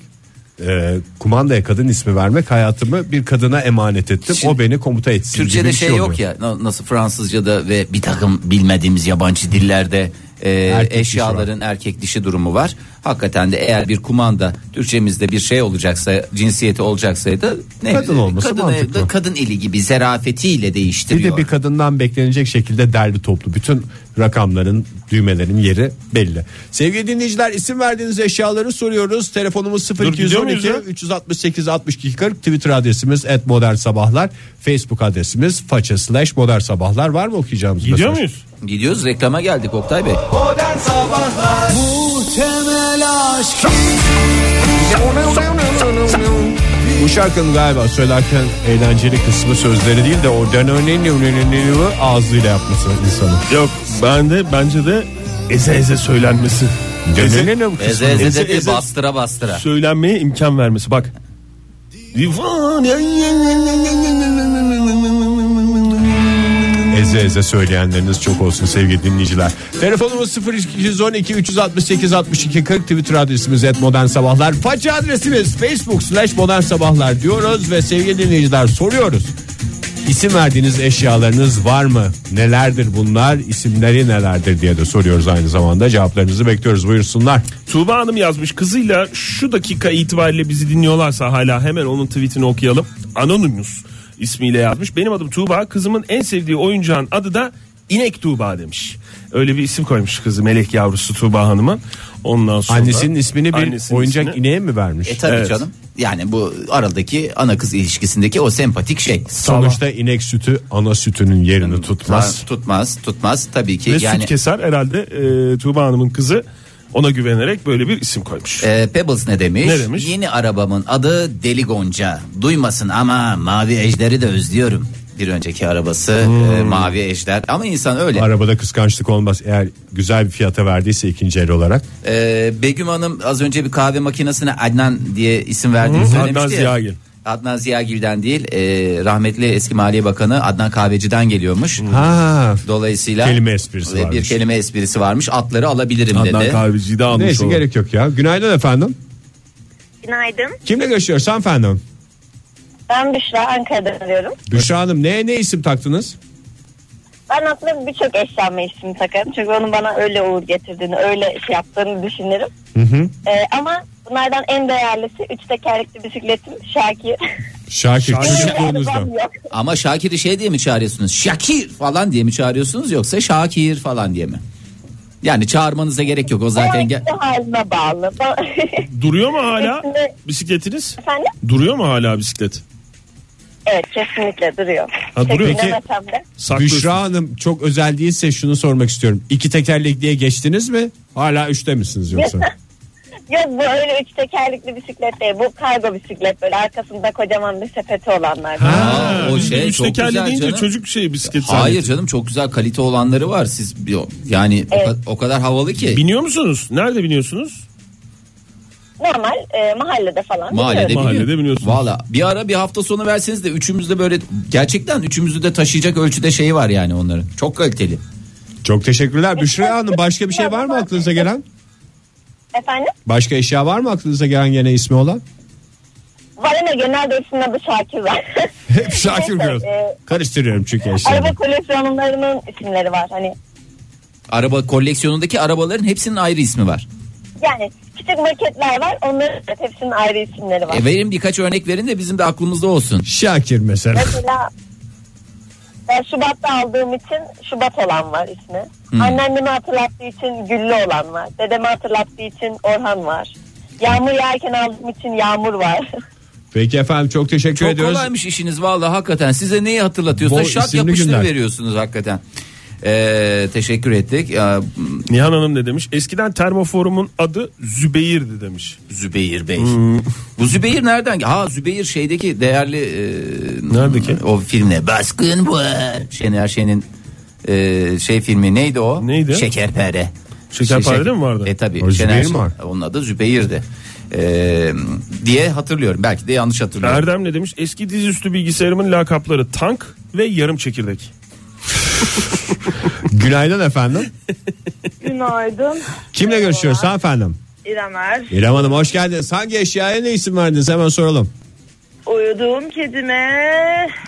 e, kumandaya kadın ismi vermek hayatımı bir kadına emanet ettim. Şimdi- o beni komuta etsin. gibi Türkçe'de bir şey, oluyor. yok ya na- nasıl Fransızca'da ve bir takım bilmediğimiz yabancı dillerde e, Erkek eşyaların erkek dişi durumu var. Hakikaten de eğer bir kumanda Türkçemizde bir şey olacaksa cinsiyeti olacaksaydı ne, Kadın olması kadın, e, mantıklı. kadın eli gibi zerafetiyle Bir değiştiriyor. de bir kadından beklenecek şekilde derli toplu. Bütün rakamların, düğmelerin yeri belli. Sevgili dinleyiciler isim verdiğiniz eşyaları soruyoruz. Telefonumuz gidiyor muyuz 0212 ya? 368 62 40. Twitter adresimiz et sabahlar. Facebook adresimiz faça slash modern sabahlar. Var mı okuyacağımız? Gidiyor mesaj? muyuz? Gidiyoruz reklama geldik Oktay Bey. Modern Sabahlar Bu şarkının galiba söylerken eğlenceli kısmı sözleri değil de o ağzıyla yapması insanın. Yok ben de bence de eze eze söylenmesi. Eze, Eze eze Eze de değil, eze. bastıra bastıra. söylenmeye imkan vermesi bak. Eze eze söyleyenleriniz çok olsun sevgili dinleyiciler. Telefonumuz 0212 368 62 40 Twitter adresimiz et modern sabahlar. Faça adresimiz facebook slash modern sabahlar diyoruz ve sevgili dinleyiciler soruyoruz. İsim verdiğiniz eşyalarınız var mı? Nelerdir bunlar? İsimleri nelerdir diye de soruyoruz aynı zamanda. Cevaplarınızı bekliyoruz. Buyursunlar. Tuğba Hanım yazmış kızıyla şu dakika itibariyle bizi dinliyorlarsa hala hemen onun tweetini okuyalım. Anonymous ismiyle yazmış. Benim adım Tuğba kızımın en sevdiği oyuncağın adı da İnek Tuğba demiş. Öyle bir isim koymuş kızı melek yavrusu Tuğba Hanım'ın. Ondan sonra Annesinin ismini bir Annesinin oyuncak ismini- ineğe mi vermiş? E tabii canım. Yani bu aradaki ana kız ilişkisindeki o sempatik şey. Sonuçta inek sütü ana sütünün yerini tutmaz. Ha, tutmaz, tutmaz tabii ki. Ve yani süt keser herhalde e, Tuğba Hanım'ın kızı ona güvenerek böyle bir isim koymuş. e, Pebbles ne demiş? Ne demiş? Yeni arabamın adı Deli Gonca. Duymasın ama mavi ejderi de özlüyorum. Bir önceki arabası Hmm. e, mavi ejder. Ama insan öyle. Arabada kıskançlık olmaz. Eğer güzel bir fiyata verdiyse ikinci el olarak. Ee, Begüm Hanım az önce bir kahve makinesine Adnan diye isim verdiğini söylemişti Hmm. Adnan ya. Ziyagil. Adnan Ziyagil'den değil e, rahmetli eski Maliye Bakanı Adnan Kahveci'den geliyormuş. Ha. Dolayısıyla Kelime esprisi bir varmış. kelime esprisi varmış. Atları alabilirim Adnan dedi. Kahveci'yi de almış Neyse olalım. gerek yok ya. Günaydın efendim. Günaydın. Kimle görüşüyoruz hanımefendi? Ben Büşra Ankara'dan arıyorum. Büşra Hanım neye ne isim taktınız? Ben aslında birçok eşyama isim takarım. Çünkü onun bana öyle uğur getirdiğini, öyle şey yaptığını düşünürüm. Ee, ama bunlardan en değerlisi üç tekerlekli bisikletim Şakir. Şakir. Benim de Çocukluğunuzda. arabam yok. Ama Şakir'i şey diye mi çağırıyorsunuz? Şakir falan diye mi çağırıyorsunuz yoksa Şakir falan diye mi? Yani çağırmanıza gerek yok. O zaten gel- Bu haline bağlı. Duruyor mu hala Üstünde- bisikletiniz? Efendim? Duruyor mu hala bisiklet? (laughs) Evet kesinlikle duruyor. Ha, duruyor. Şekline Peki- bakan da. Saklıyorsunuz. Büşra Hanım çok özel değilse şunu sormak istiyorum. İki tekerlekliye geçtiniz mi? Hala üçte misiniz (laughs) yoksa? Yok bu öyle üç tekerlekli bisiklet değil. Bu kargo bisiklet böyle arkasında kocaman bir sepeti olanlar. Aa, o Biz de şey üç çok tekerli güzel deyince canım. çocuk şey bisiklet Hayır zannettim. canım çok güzel kalite olanları var. Siz bir- yani o, Evet. ka- o kadar havalı ki. Biniyor musunuz? Nerede biniyorsunuz? Normal e, mahallede falan. Mahallede biliyorum. biliyor. Mahallede biliyorsunuz. Valla bir ara bir hafta sonu verseniz de üçümüz de böyle gerçekten üçümüzü de taşıyacak ölçüde şeyi var yani onların. Çok kaliteli. Çok teşekkürler. Büşra Hanım başka bir şey var mı aklınıza gelen? Efendim? Başka eşya var mı aklınıza gelen gene ismi olan? (laughs) Var ama genelde hepsinin adı Şakir var. (laughs) Hep Şakir Neyse, diyoruz. e, Karıştırıyorum çünkü eşyaları. araba koleksiyonlarının isimleri var. Hani Araba koleksiyonundaki arabaların hepsinin ayrı ismi var. yani küçük maketler var. Onların da hepsinin ayrı isimleri var. E, verin birkaç örnek verin de bizim de aklımızda olsun. Şakir mesela. Mesela ben Şubat'ta aldığım için Şubat olan var ismi. Anneannemi hatırlattığı için Güllü olan var. Dedemi hatırlattığı için Orhan var. Yağmur yağarken aldığım için Yağmur var. Peki efendim çok teşekkür Çok ediyoruz. kolaymış işiniz valla hakikaten. Size neyi hatırlatıyorsa Bol şak isimli yapıştır günler. veriyorsunuz hakikaten. E, teşekkür ettik. Ya, Nihan Hanım ne demiş? Eskiden termoforumun adı Zübeyir'di demiş. Zübeyir Bey. Hmm. Bu Zübeyir nereden? Ha Zübeyir şeydeki değerli e, Neredeki? O filmle baskın var. Şener Şen'in e, şey filmi neydi o? Neydi? Şekerpare. Şekerpare de mi vardı? E tabii. O Şener Zübeyir Şen- mi var? Onun adı Zübeyir'di. E, diye hatırlıyorum. Belki de yanlış hatırlıyorum. Erdem ne demiş? Eski dizüstü bilgisayarımın lakapları tank ve yarım çekirdek. Günaydın efendim. (laughs) Günaydın. Kimle görüşüyoruz efendim? İrem Er. İrem Hanım hoş geldiniz. Hangi eşyaya ne isim verdiniz hemen soralım. Uyuduğum kedime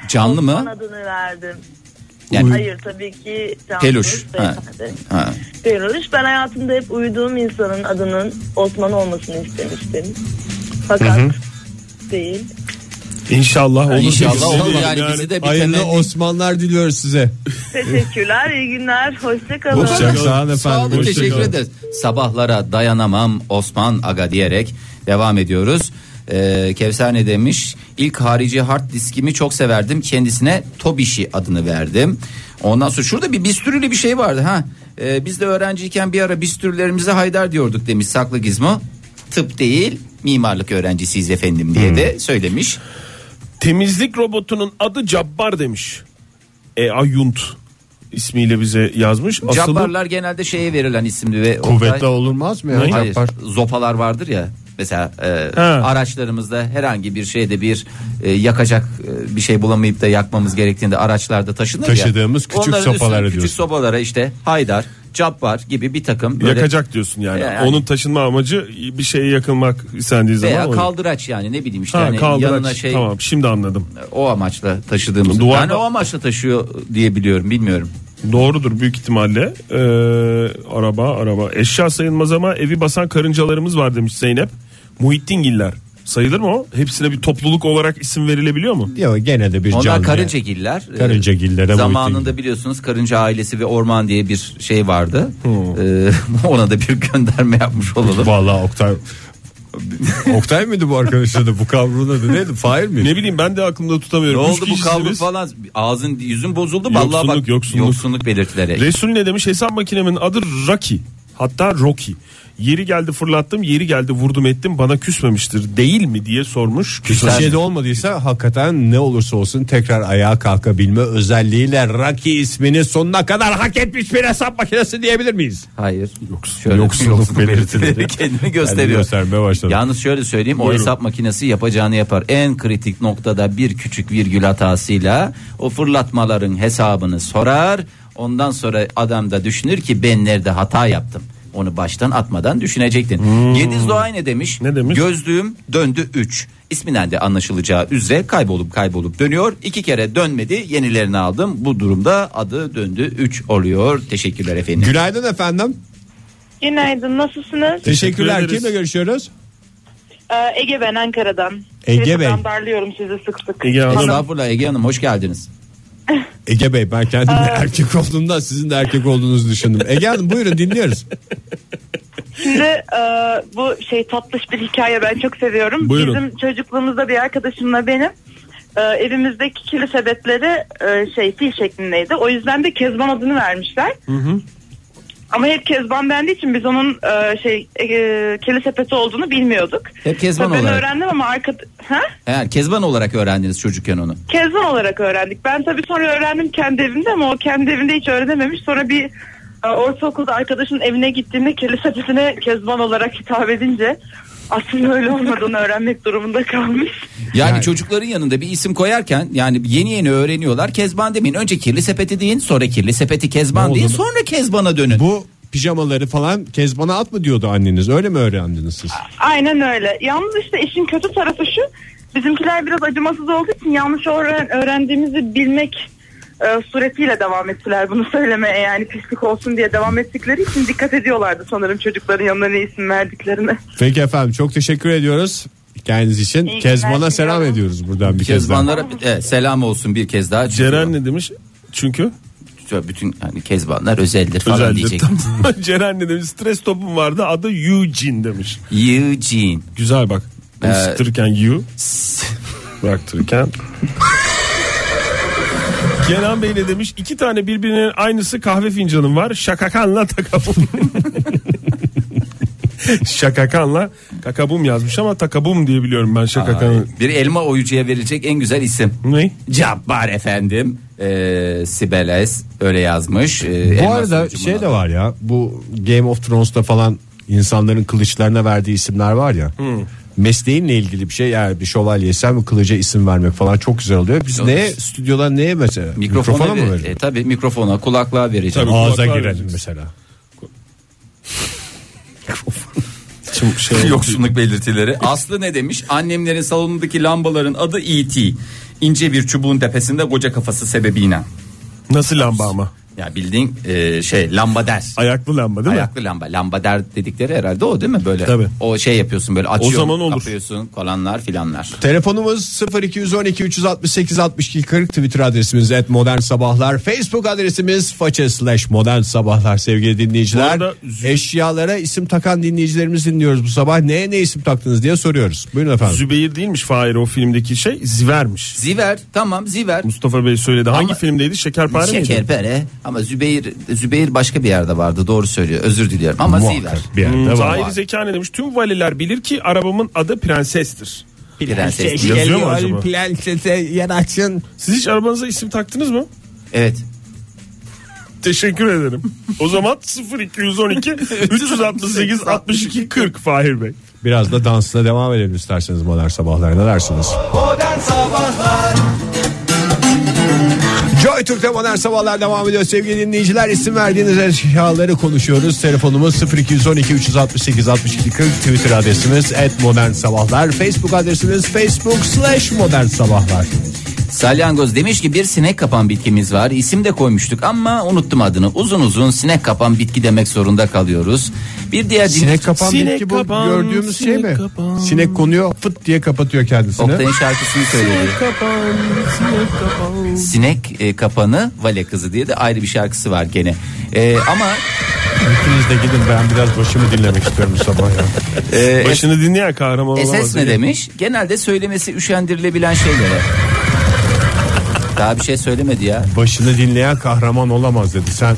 Canlı mı? Osman adını verdim. Yani- Hayır tabii ki canlı. Peluş. Ha. beyefendi. Ha. Peluş. Ben hayatımda hep uyuduğum insanın adının Osman olmasını istemiştim. Fakat değil. İnşallah olur. İnşallah Biz de olur diyelim yani, bizi de bir Hayırlı temenni- Osmanlar diliyoruz size. Teşekkürler, iyi günler, hoşçakalın. Hoşça kalın. Sağ olun efendim, Sağ olun, hoşça teşekkür kalın. ederiz. Sabahlara dayanamam Osman Aga diyerek devam ediyoruz. Ee, Kevser ne demiş? İlk harici hard diskimi çok severdim. Kendisine Tobişi adını verdim. Ondan sonra şurada bir bistürlü bir şey vardı ha. Ee, biz de öğrenciyken bir ara bistürlerimize haydar diyorduk demiş saklı gizmo. Tıp değil mimarlık öğrencisiyiz efendim diye Hmm. de söylemiş. Temizlik robotunun adı Cabbar demiş. E Ayunt ismiyle bize yazmış. Asılı- Cabbarlar genelde şeye verilen isimli ve Kuvvetli olunmaz mı ya? Hayır, Cappar? zopalar vardır ya. Mesela e, He. araçlarımızda herhangi bir şeyde bir e, yakacak e, bir şey bulamayıp da yakmamız gerektiğinde araçlarda taşınır ya. Taşıdığımız küçük Onların üstüne sopaları küçük diyorsun. sopalara işte haydar, cabbar gibi bir takım Yakacak diyorsun yani. Yani- Onun taşınma amacı bir şeye yakılmak istendiği zaman. veya olur. kaldıraç yani ne bileyim işte Ha, hani kaldıraç. yanına şey Tamam şimdi anladım. O amaçla taşıdığımız. Duvarda- Yani o amaçla taşıyor diye biliyorum bilmiyorum. Doğrudur büyük ihtimalle. Ee, araba araba. Eşya sayılmaz ama evi basan karıncalarımız var demiş Zeynep. Muhittingiller. Sayılır mı o? Hepsine bir topluluk olarak isim verilebiliyor mu? Yok gene de bir Onlar canlı. karıncagiller. Ee, Karıncagillere boyut Zamanında biliyorsunuz karınca ailesi ve orman diye bir şey vardı. Ee, (laughs) ona da bir gönderme yapmış olalım. Vallahi Oktay (laughs) Oktay mıydı bu arkadaşın adı? Bu kavrun adı neydi? Fahir miydi? Ne bileyim ben de aklımda Ne tutamıyorum. Üç oldu bu kişisiniz. kavruk falan? Ağzın yüzün bozuldu. Vallahi Yoksunluk, bak yoksunluk. belirtileri. Resul ne demiş? Hesap makinemin adı Rocky. Hatta Rocky. Yeri geldi fırlattım, yeri geldi vurdum ettim bana küsmemiştir değil mi diye sormuş. Hiçbir şey de olmadıysa hakikaten ne olursa olsun tekrar ayağa kalkabilme özelliğiyle Rocky ismini sonuna kadar hak etmiş bir hesap makinesi diyebilir miyiz? Hayır. Şöyle yoksulluk, (laughs) belirtileri kendini gösteriyor. göstermeye başladı. Yalnız şöyle söyleyeyim o Buyurun. hesap makinesi yapacağını yapar. En kritik noktada bir küçük virgül hatasıyla o fırlatmaların hesabını sorar. Ondan sonra adam da düşünür ki ben nerede hata yaptım. Onu baştan atmadan düşünecektin. Hmm. Yediz Doğay ne demiş? Ne demiş? Gözlüğüm döndü 3. İsminden de anlaşılacağı üzere kaybolup kaybolup dönüyor. İki kere dönmedi yenilerini aldım. Bu durumda adı döndü 3 oluyor. Teşekkürler efendim. Günaydın efendim. Günaydın nasılsınız? Teşekkürler. Kimle görüşüyoruz? Ee, Ege ben Ankara'dan. Ege Twitter'dan Bey. darlıyorum sizi sık sık. Estağfurullah Ege Hanım hoş geldiniz. Ege Bey ben kendim de erkek olduğumdan sizin de erkek olduğunuzu düşündüm. Ege Hanım buyurun dinliyoruz. Şimdi e, bu şey tatlış bir hikaye ben çok seviyorum. Buyurun. Bizim çocukluğumuzda bir arkadaşımla benim e, evimizdeki kili sebepleri e, şey fil şeklindeydi. O yüzden de Kezban adını vermişler. Ama hep Kezban dendiği için biz onun e, şey e, keli sepeti olduğunu bilmiyorduk. Hep Kezban Tabii Ben olarak. öğrendim ama arka... Ha? Yani Kezban olarak öğrendiniz çocukken onu. Kezban olarak öğrendik. Ben tabii sonra öğrendim kendi evimde ama o kendi evinde hiç öğrenememiş. Sonra bir e, ortaokulda arkadaşın evine gittiğimde kirli sepetine Kezban olarak hitap edince aslında öyle olmadığını öğrenmek durumunda kalmış. Yani, çocukların yanında bir isim koyarken yani yeni yeni öğreniyorlar. Kezban demeyin. Önce kirli sepeti deyin, sonra kirli sepeti Kezban deyin, sonra Kezban'a dönün. Bu pijamaları falan Kezban'a at mı diyordu anneniz öyle mi öğrendiniz siz? Aynen öyle. Yalnız işte işin kötü tarafı şu. Bizimkiler biraz acımasız olduğu için yanlış öğren- öğrendiğimizi bilmek e, suretiyle devam ettiler bunu söylemeye. Yani pislik olsun diye devam ettikleri için dikkat ediyorlardı sanırım çocukların yanına ne isim verdiklerine. Peki efendim çok teşekkür ediyoruz. Hikayeniz için İyi Kezban'a günler selam ediyoruz buradan bir kez daha. Kezbanlara bir- e, selam olsun bir kez daha. Ceren ne demiş? Çünkü bütün yani Kezbanlar özeldir falan Özeldir, diyecek. tamam. (laughs) Ceren ne demiş? Stres topum vardı adı Eugene demiş. Eugene. Güzel bak. Ee, Isıtırken you. Bıraktırırken. Kenan Bey ne demiş? İki tane birbirinin aynısı kahve fincanım var. (laughs) Şakakanla takabum. Şakakanla kakabum yazmış ama takabum diye biliyorum ben şakakanı. Bir elma oyucuya verilecek en güzel isim. Ne? Cabbar efendim. Ee, Sibeles öyle yazmış. Ee, Bu elma arada soyucunun şey adı. de var ya bu Game of Thrones'ta falan insanların kılıçlarına verdiği isimler var ya. Mesleğinle ilgili bir şey yani bir şövalyeysen bir kılıca isim vermek falan çok güzel oluyor. Biz Yok. neye stüdyoda neye mesela mikrofona, Mikrofona, mı ver- veriyoruz? e, tabii mikrofona kulaklığa vereceğim. Tabii, Ağza girelim mesela. şey- Yoksunluk belirtileri. Aslı ne demiş? Annemlerin salonundaki lambaların adı E.T. İnce bir çubuğun tepesinde koca kafası sebebiyle. Nasıl lamba ama? Ya bildiğin e, şey lambader. Ayaklı lamba değil mi? Ayaklı lamba. Lambader dedikleri herhalde o değil mi böyle? Tabii. O şey yapıyorsun böyle açıyorsun, zaman olur. kapıyorsun falanlar filanlar. Telefonumuz 0212 368 62 40 Twitter adresimiz et modern sabahlar Facebook adresimiz faça slash modern sabahlar sevgili dinleyiciler. Eşyalara isim takan dinleyicilerimiz dinliyoruz bu sabah neye ne isim taktınız diye soruyoruz. Buyurun efendim. Zübeyir değilmiş Fahir o filmdeki şey Ziver'miş. Ziver tamam Ziver. Mustafa Bey söyledi. Hangi Ama- filmdeydi? Şekerpare miydi? Şekerpare ama Zübeyir Zübeyir başka bir yerde vardı doğru söylüyor özür diliyorum ama Muhakkak Ziver. bir yerde Hmm, var. Zahiri Zahiri Zeka ne demiş? Tüm valiler bilir ki arabamın adı prensestir. Prenses. Yazıyor mu acaba? yer açın. Siz hiç arabanıza isim taktınız mı? Evet. Teşekkür ederim. O zaman (laughs) 0212 368 62 40 Fahir Bey. Biraz da dansla devam edelim isterseniz modern sabahlar ne dersiniz? Modern Sabahlar Joy Türk'te modern sabahlar devam ediyor. Sevgili dinleyiciler isim verdiğiniz eşyaları konuşuyoruz. Telefonumuz 0212 368 62 40. Twitter adresimiz et modern sabahlar. Facebook adresimiz facebook slash modern sabahlar. Salyangoz demiş ki bir sinek kapan bitkimiz var. İsim de koymuştuk ama unuttum adını. Uzun uzun sinek kapan bitki demek zorunda kalıyoruz. Bir diğer dinle- Sinek kapan bitki bu gördüğümüz şey mi? Sinek konuyor fıt diye kapatıyor kendisini. Oktay'ın şarkısını söyledi. Sinek e, kapanı vale kızı diye de ayrı bir şarkısı var gene. E, ama İkiniz de gidin ben biraz başımı dinlemek istiyorum bu sabah ya. Başını dinleyen kahraman olamaz. Esas ne demiş? Genelde söylemesi üşendirilebilen şeylere. Daha bir şey söylemedi ya. Başını dinleyen kahraman olamaz dedi. Sen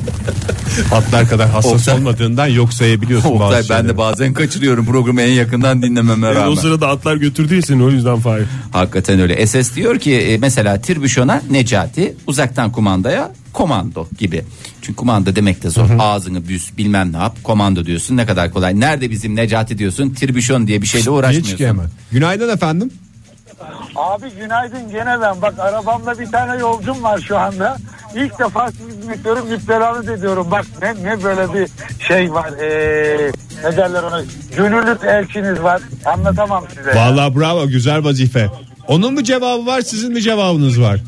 hatlar kadar hassas Oktay- olmadığından yok sayabiliyorsun bazı E, Oktay ben şeyleri. de bazen kaçırıyorum programı en yakından dinlememe Yani o rağmen. sırada atlar götürdüysen o yüzden Fahir. Hakikaten öyle. SS diyor ki e, mesela Tirbüşon'a Necati, uzaktan kumandaya komando gibi. Çünkü kumanda demek de zor. Ağzını büz bilmem ne yap komando diyorsun ne kadar kolay. Nerede bizim Necati diyorsun Tirbüşon diye bir şeyle uğraşmıyorsun. Hiç gelme. Günaydın efendim. Abi günaydın gene ben. Bak arabamda bir tane yolcum var şu anda. İlk defa sizi dinliyorum, müptelanız ediyorum. Bak ne, ne böyle bir şey var. Ee, ne derler ona? Gönüllü elçiniz var. Anlatamam size. Vallahi bravo güzel vazife. Onun mu cevabı var sizin mi cevabınız var?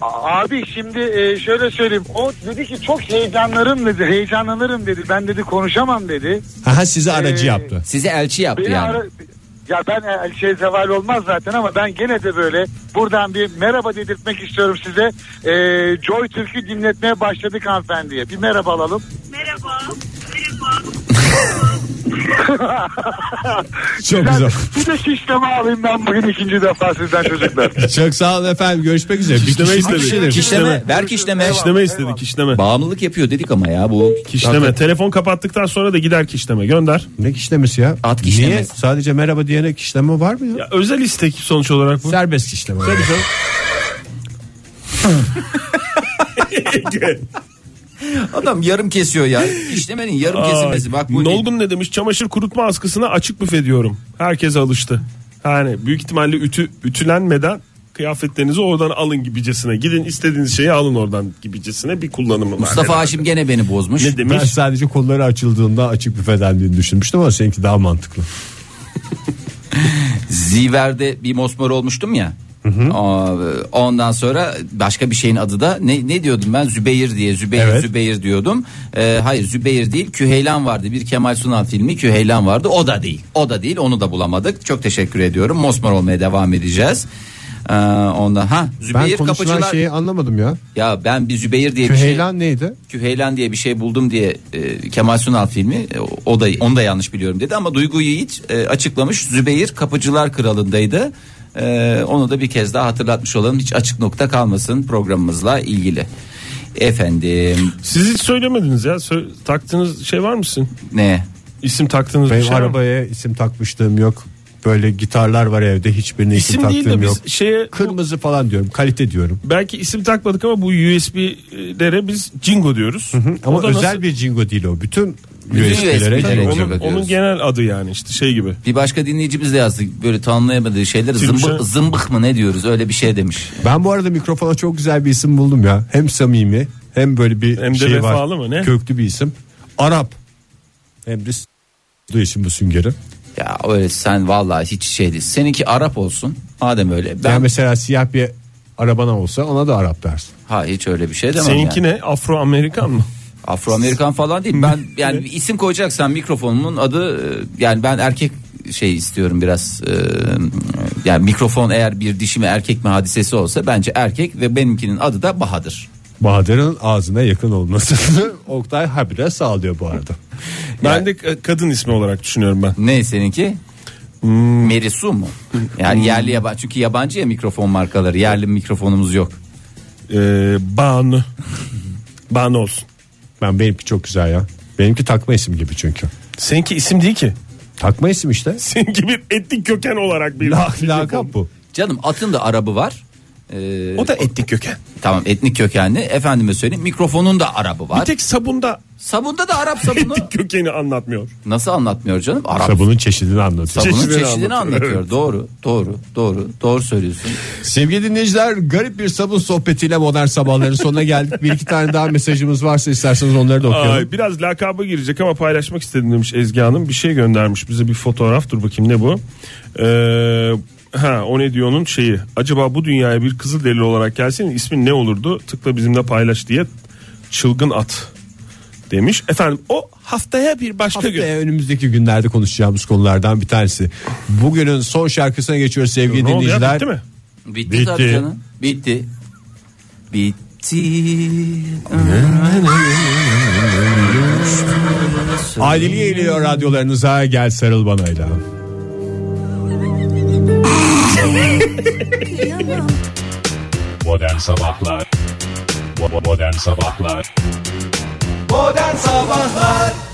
A- Abi şimdi e, şöyle söyleyeyim. O dedi ki çok heyecanlarım dedi. Heyecanlanırım dedi. Ben dedi konuşamam dedi. Aha sizi Ee, aracı yaptı. Sizi elçi yaptı Beni yani. ara- ya ben e, şey zeval olmaz zaten ama ben gene de böyle buradan bir merhaba dedirtmek istiyorum size. E, Joy Türk'ü dinletmeye başladık hanımefendiye. Bir merhaba alalım. (laughs) Merhaba. Çok güzel. bir de şişleme alayım ben bugün ikinci defa sizden çocuklar. Çok sağ olun efendim görüşmek üzere. Bir Kişleme kişi- istedik. bir kişidir. şey Kişleme, ver kişleme. Kişleme istedik kişleme. Bağımlılık yapıyor dedik ama ya bu. Kişleme. Telefon kapattıktan sonra da gider kişleme. Gönder. Ne kişlemesi ya? At kişlemesi. Niye? Sadece merhaba diyene kişleme var mı ya? Ya özel istek sonuç olarak bu. Serbest kişleme. Tabii canım. (laughs) Adam yarım kesiyor ya. Kişlemenin yarım kesilmesi. Bak bu Nolgun ne demiş? Çamaşır kurutma askısına açık büfe diyorum. Herkes alıştı. Yani büyük ihtimalle ütü ütülenmeden kıyafetlerinizi oradan alın gibicesine. Gidin istediğiniz şeyi alın oradan gibicesine bir kullanımı var. Mustafa Yani. Haşim gene beni bozmuş. ne Ben demiş? sadece kolları açıldığında açık büfedenliğini düşünmüştüm ama seninki daha mantıklı. Ziver'de bir mosmor olmuştum ya. Aa, Ondan sonra başka bir şeyin adı da ne, ne diyordum ben Zübeyir diye Zübeyir Evet. Zübeyir diyordum. Ee, hayır Zübeyir değil Küheylan vardı bir Kemal Sunal filmi Küheylan vardı o da değil o da değil onu da bulamadık çok teşekkür ediyorum mosmor olmaya devam edeceğiz. Ee, onda ha Ben Zübeyir konuşulan kapıcılar şeyi anlamadım ya. ya ben bir Zübeyir diye bir şey Küheylan neydi? Küheylan diye bir şey buldum diye e, Kemal Sunal filmi e, o da onu da yanlış biliyorum dedi ama Duygu Yiğit e, açıklamış Zübeyir Kapıcılar Kralı'ndaydı. E, onu da bir kez daha hatırlatmış olalım hiç açık nokta kalmasın programımızla ilgili. Efendim Siz hiç söylemediniz ya. Sö- taktığınız şey var mısın? ne? İsim taktığınız bir Benim şey var mı? arabaya isim takmışlığım yok. Böyle gitarlar var evde hiçbirine isim, İsim değil de taktığım yok. biz şeye Kırmızı falan diyorum kalite diyorum. belki isim takmadık ama bu USB'lere biz Jingo diyoruz. Ama O da özel nasıl- bir jingo değil o. Bütün USB'lere USB'lere Tabii, Jingo onun, diyoruz. onun genel adı yani işte şey gibi. Bir başka dinleyicimiz de yazdı böyle tanımlayamadığı şeyleri Kimse- zımbık, zımbık mı ne diyoruz öyle bir şey demiş. Ben bu arada mikrofona çok güzel bir isim buldum ya. Hem samimi hem böyle bir Hem de şey var. vefalı mı ne? Köklü bir isim. Arap. Hem de s- olduğu için bu süngeri. Ya öyle sen vallahi hiç şey değil. Seninki Arap olsun. Madem öyle. Ben Yani mesela siyah bir arabana olsa ona da Arap dersin. ha hiç öyle bir şey demem. yani. Seninki ne? Afro Amerikan mı? Afro Amerikan falan değil. (laughs) Ben yani bir isim koyacaksan mikrofonumun adı e, yani ben erkek şey istiyorum biraz. e, Yani mikrofon eğer bir dişi mi erkek mi hadisesi olsa bence erkek ve benimkinin adı da Bahadır. Bahadır'ın ağzına yakın (laughs) olmasını Oktay habire sağlıyor bu arada. Ben Yani- de ka- kadın ismi olarak düşünüyorum ben. Ne seninki? Hmm. Merisu mu? Yani yerli yabancı çünkü yabancı ya mikrofon markaları. Yerli mikrofonumuz yok. Ee, Banu. Banu olsun. Ben benimki çok güzel ya. Benimki takma isim gibi çünkü. Seninki isim değil ki. (laughs) Takma isim işte. Seninki bir etnik köken olarak bir Lak- Lakap bu. Canım atın da arabı var. o da etnik köken. Tamam etnik kökenli. Efendime söyleyeyim mikrofonun da Arabı var. Bir tek sabunda. Sabunda da Arap (laughs) sabunu. Etnik kökeni anlatmıyor. Nasıl anlatmıyor canım? Arap Sabunun çeşidini anlatıyor. sabunun çeşidini, anlatıyor. Doğru, doğru, doğru, doğru söylüyorsun. Sevgili dinleyiciler garip bir sabun sohbetiyle modern sabahların sonuna geldik. Bir iki tane daha mesajımız varsa isterseniz onları da okuyalım. Ay, biraz lakaba girecek ama paylaşmak istedim demiş Ezgi Hanım. Bir şey göndermiş bize bir fotoğraf. Dur bakayım ne bu? Ee, ha o ne diyor'nun şeyi. Acaba bu dünyaya bir kızıl delil olarak gelsin ismin ne olurdu? Tıkla bizimle paylaş diye çılgın at demiş. Efendim o haftaya bir başka Haftaya gün. önümüzdeki günlerde konuşacağımız konulardan bir tanesi. Bugünün son şarkısına geçiyoruz sevgili Ne oldu ya, dinleyiciler. bitti mi? Bitti, tabii canım. Bitti. Bitti. Adiliye geliyor radyolarınıza gel sarıl banayla. Modern Sabahlar Bo- bo- Modern Sabahlar Modern Sabahlar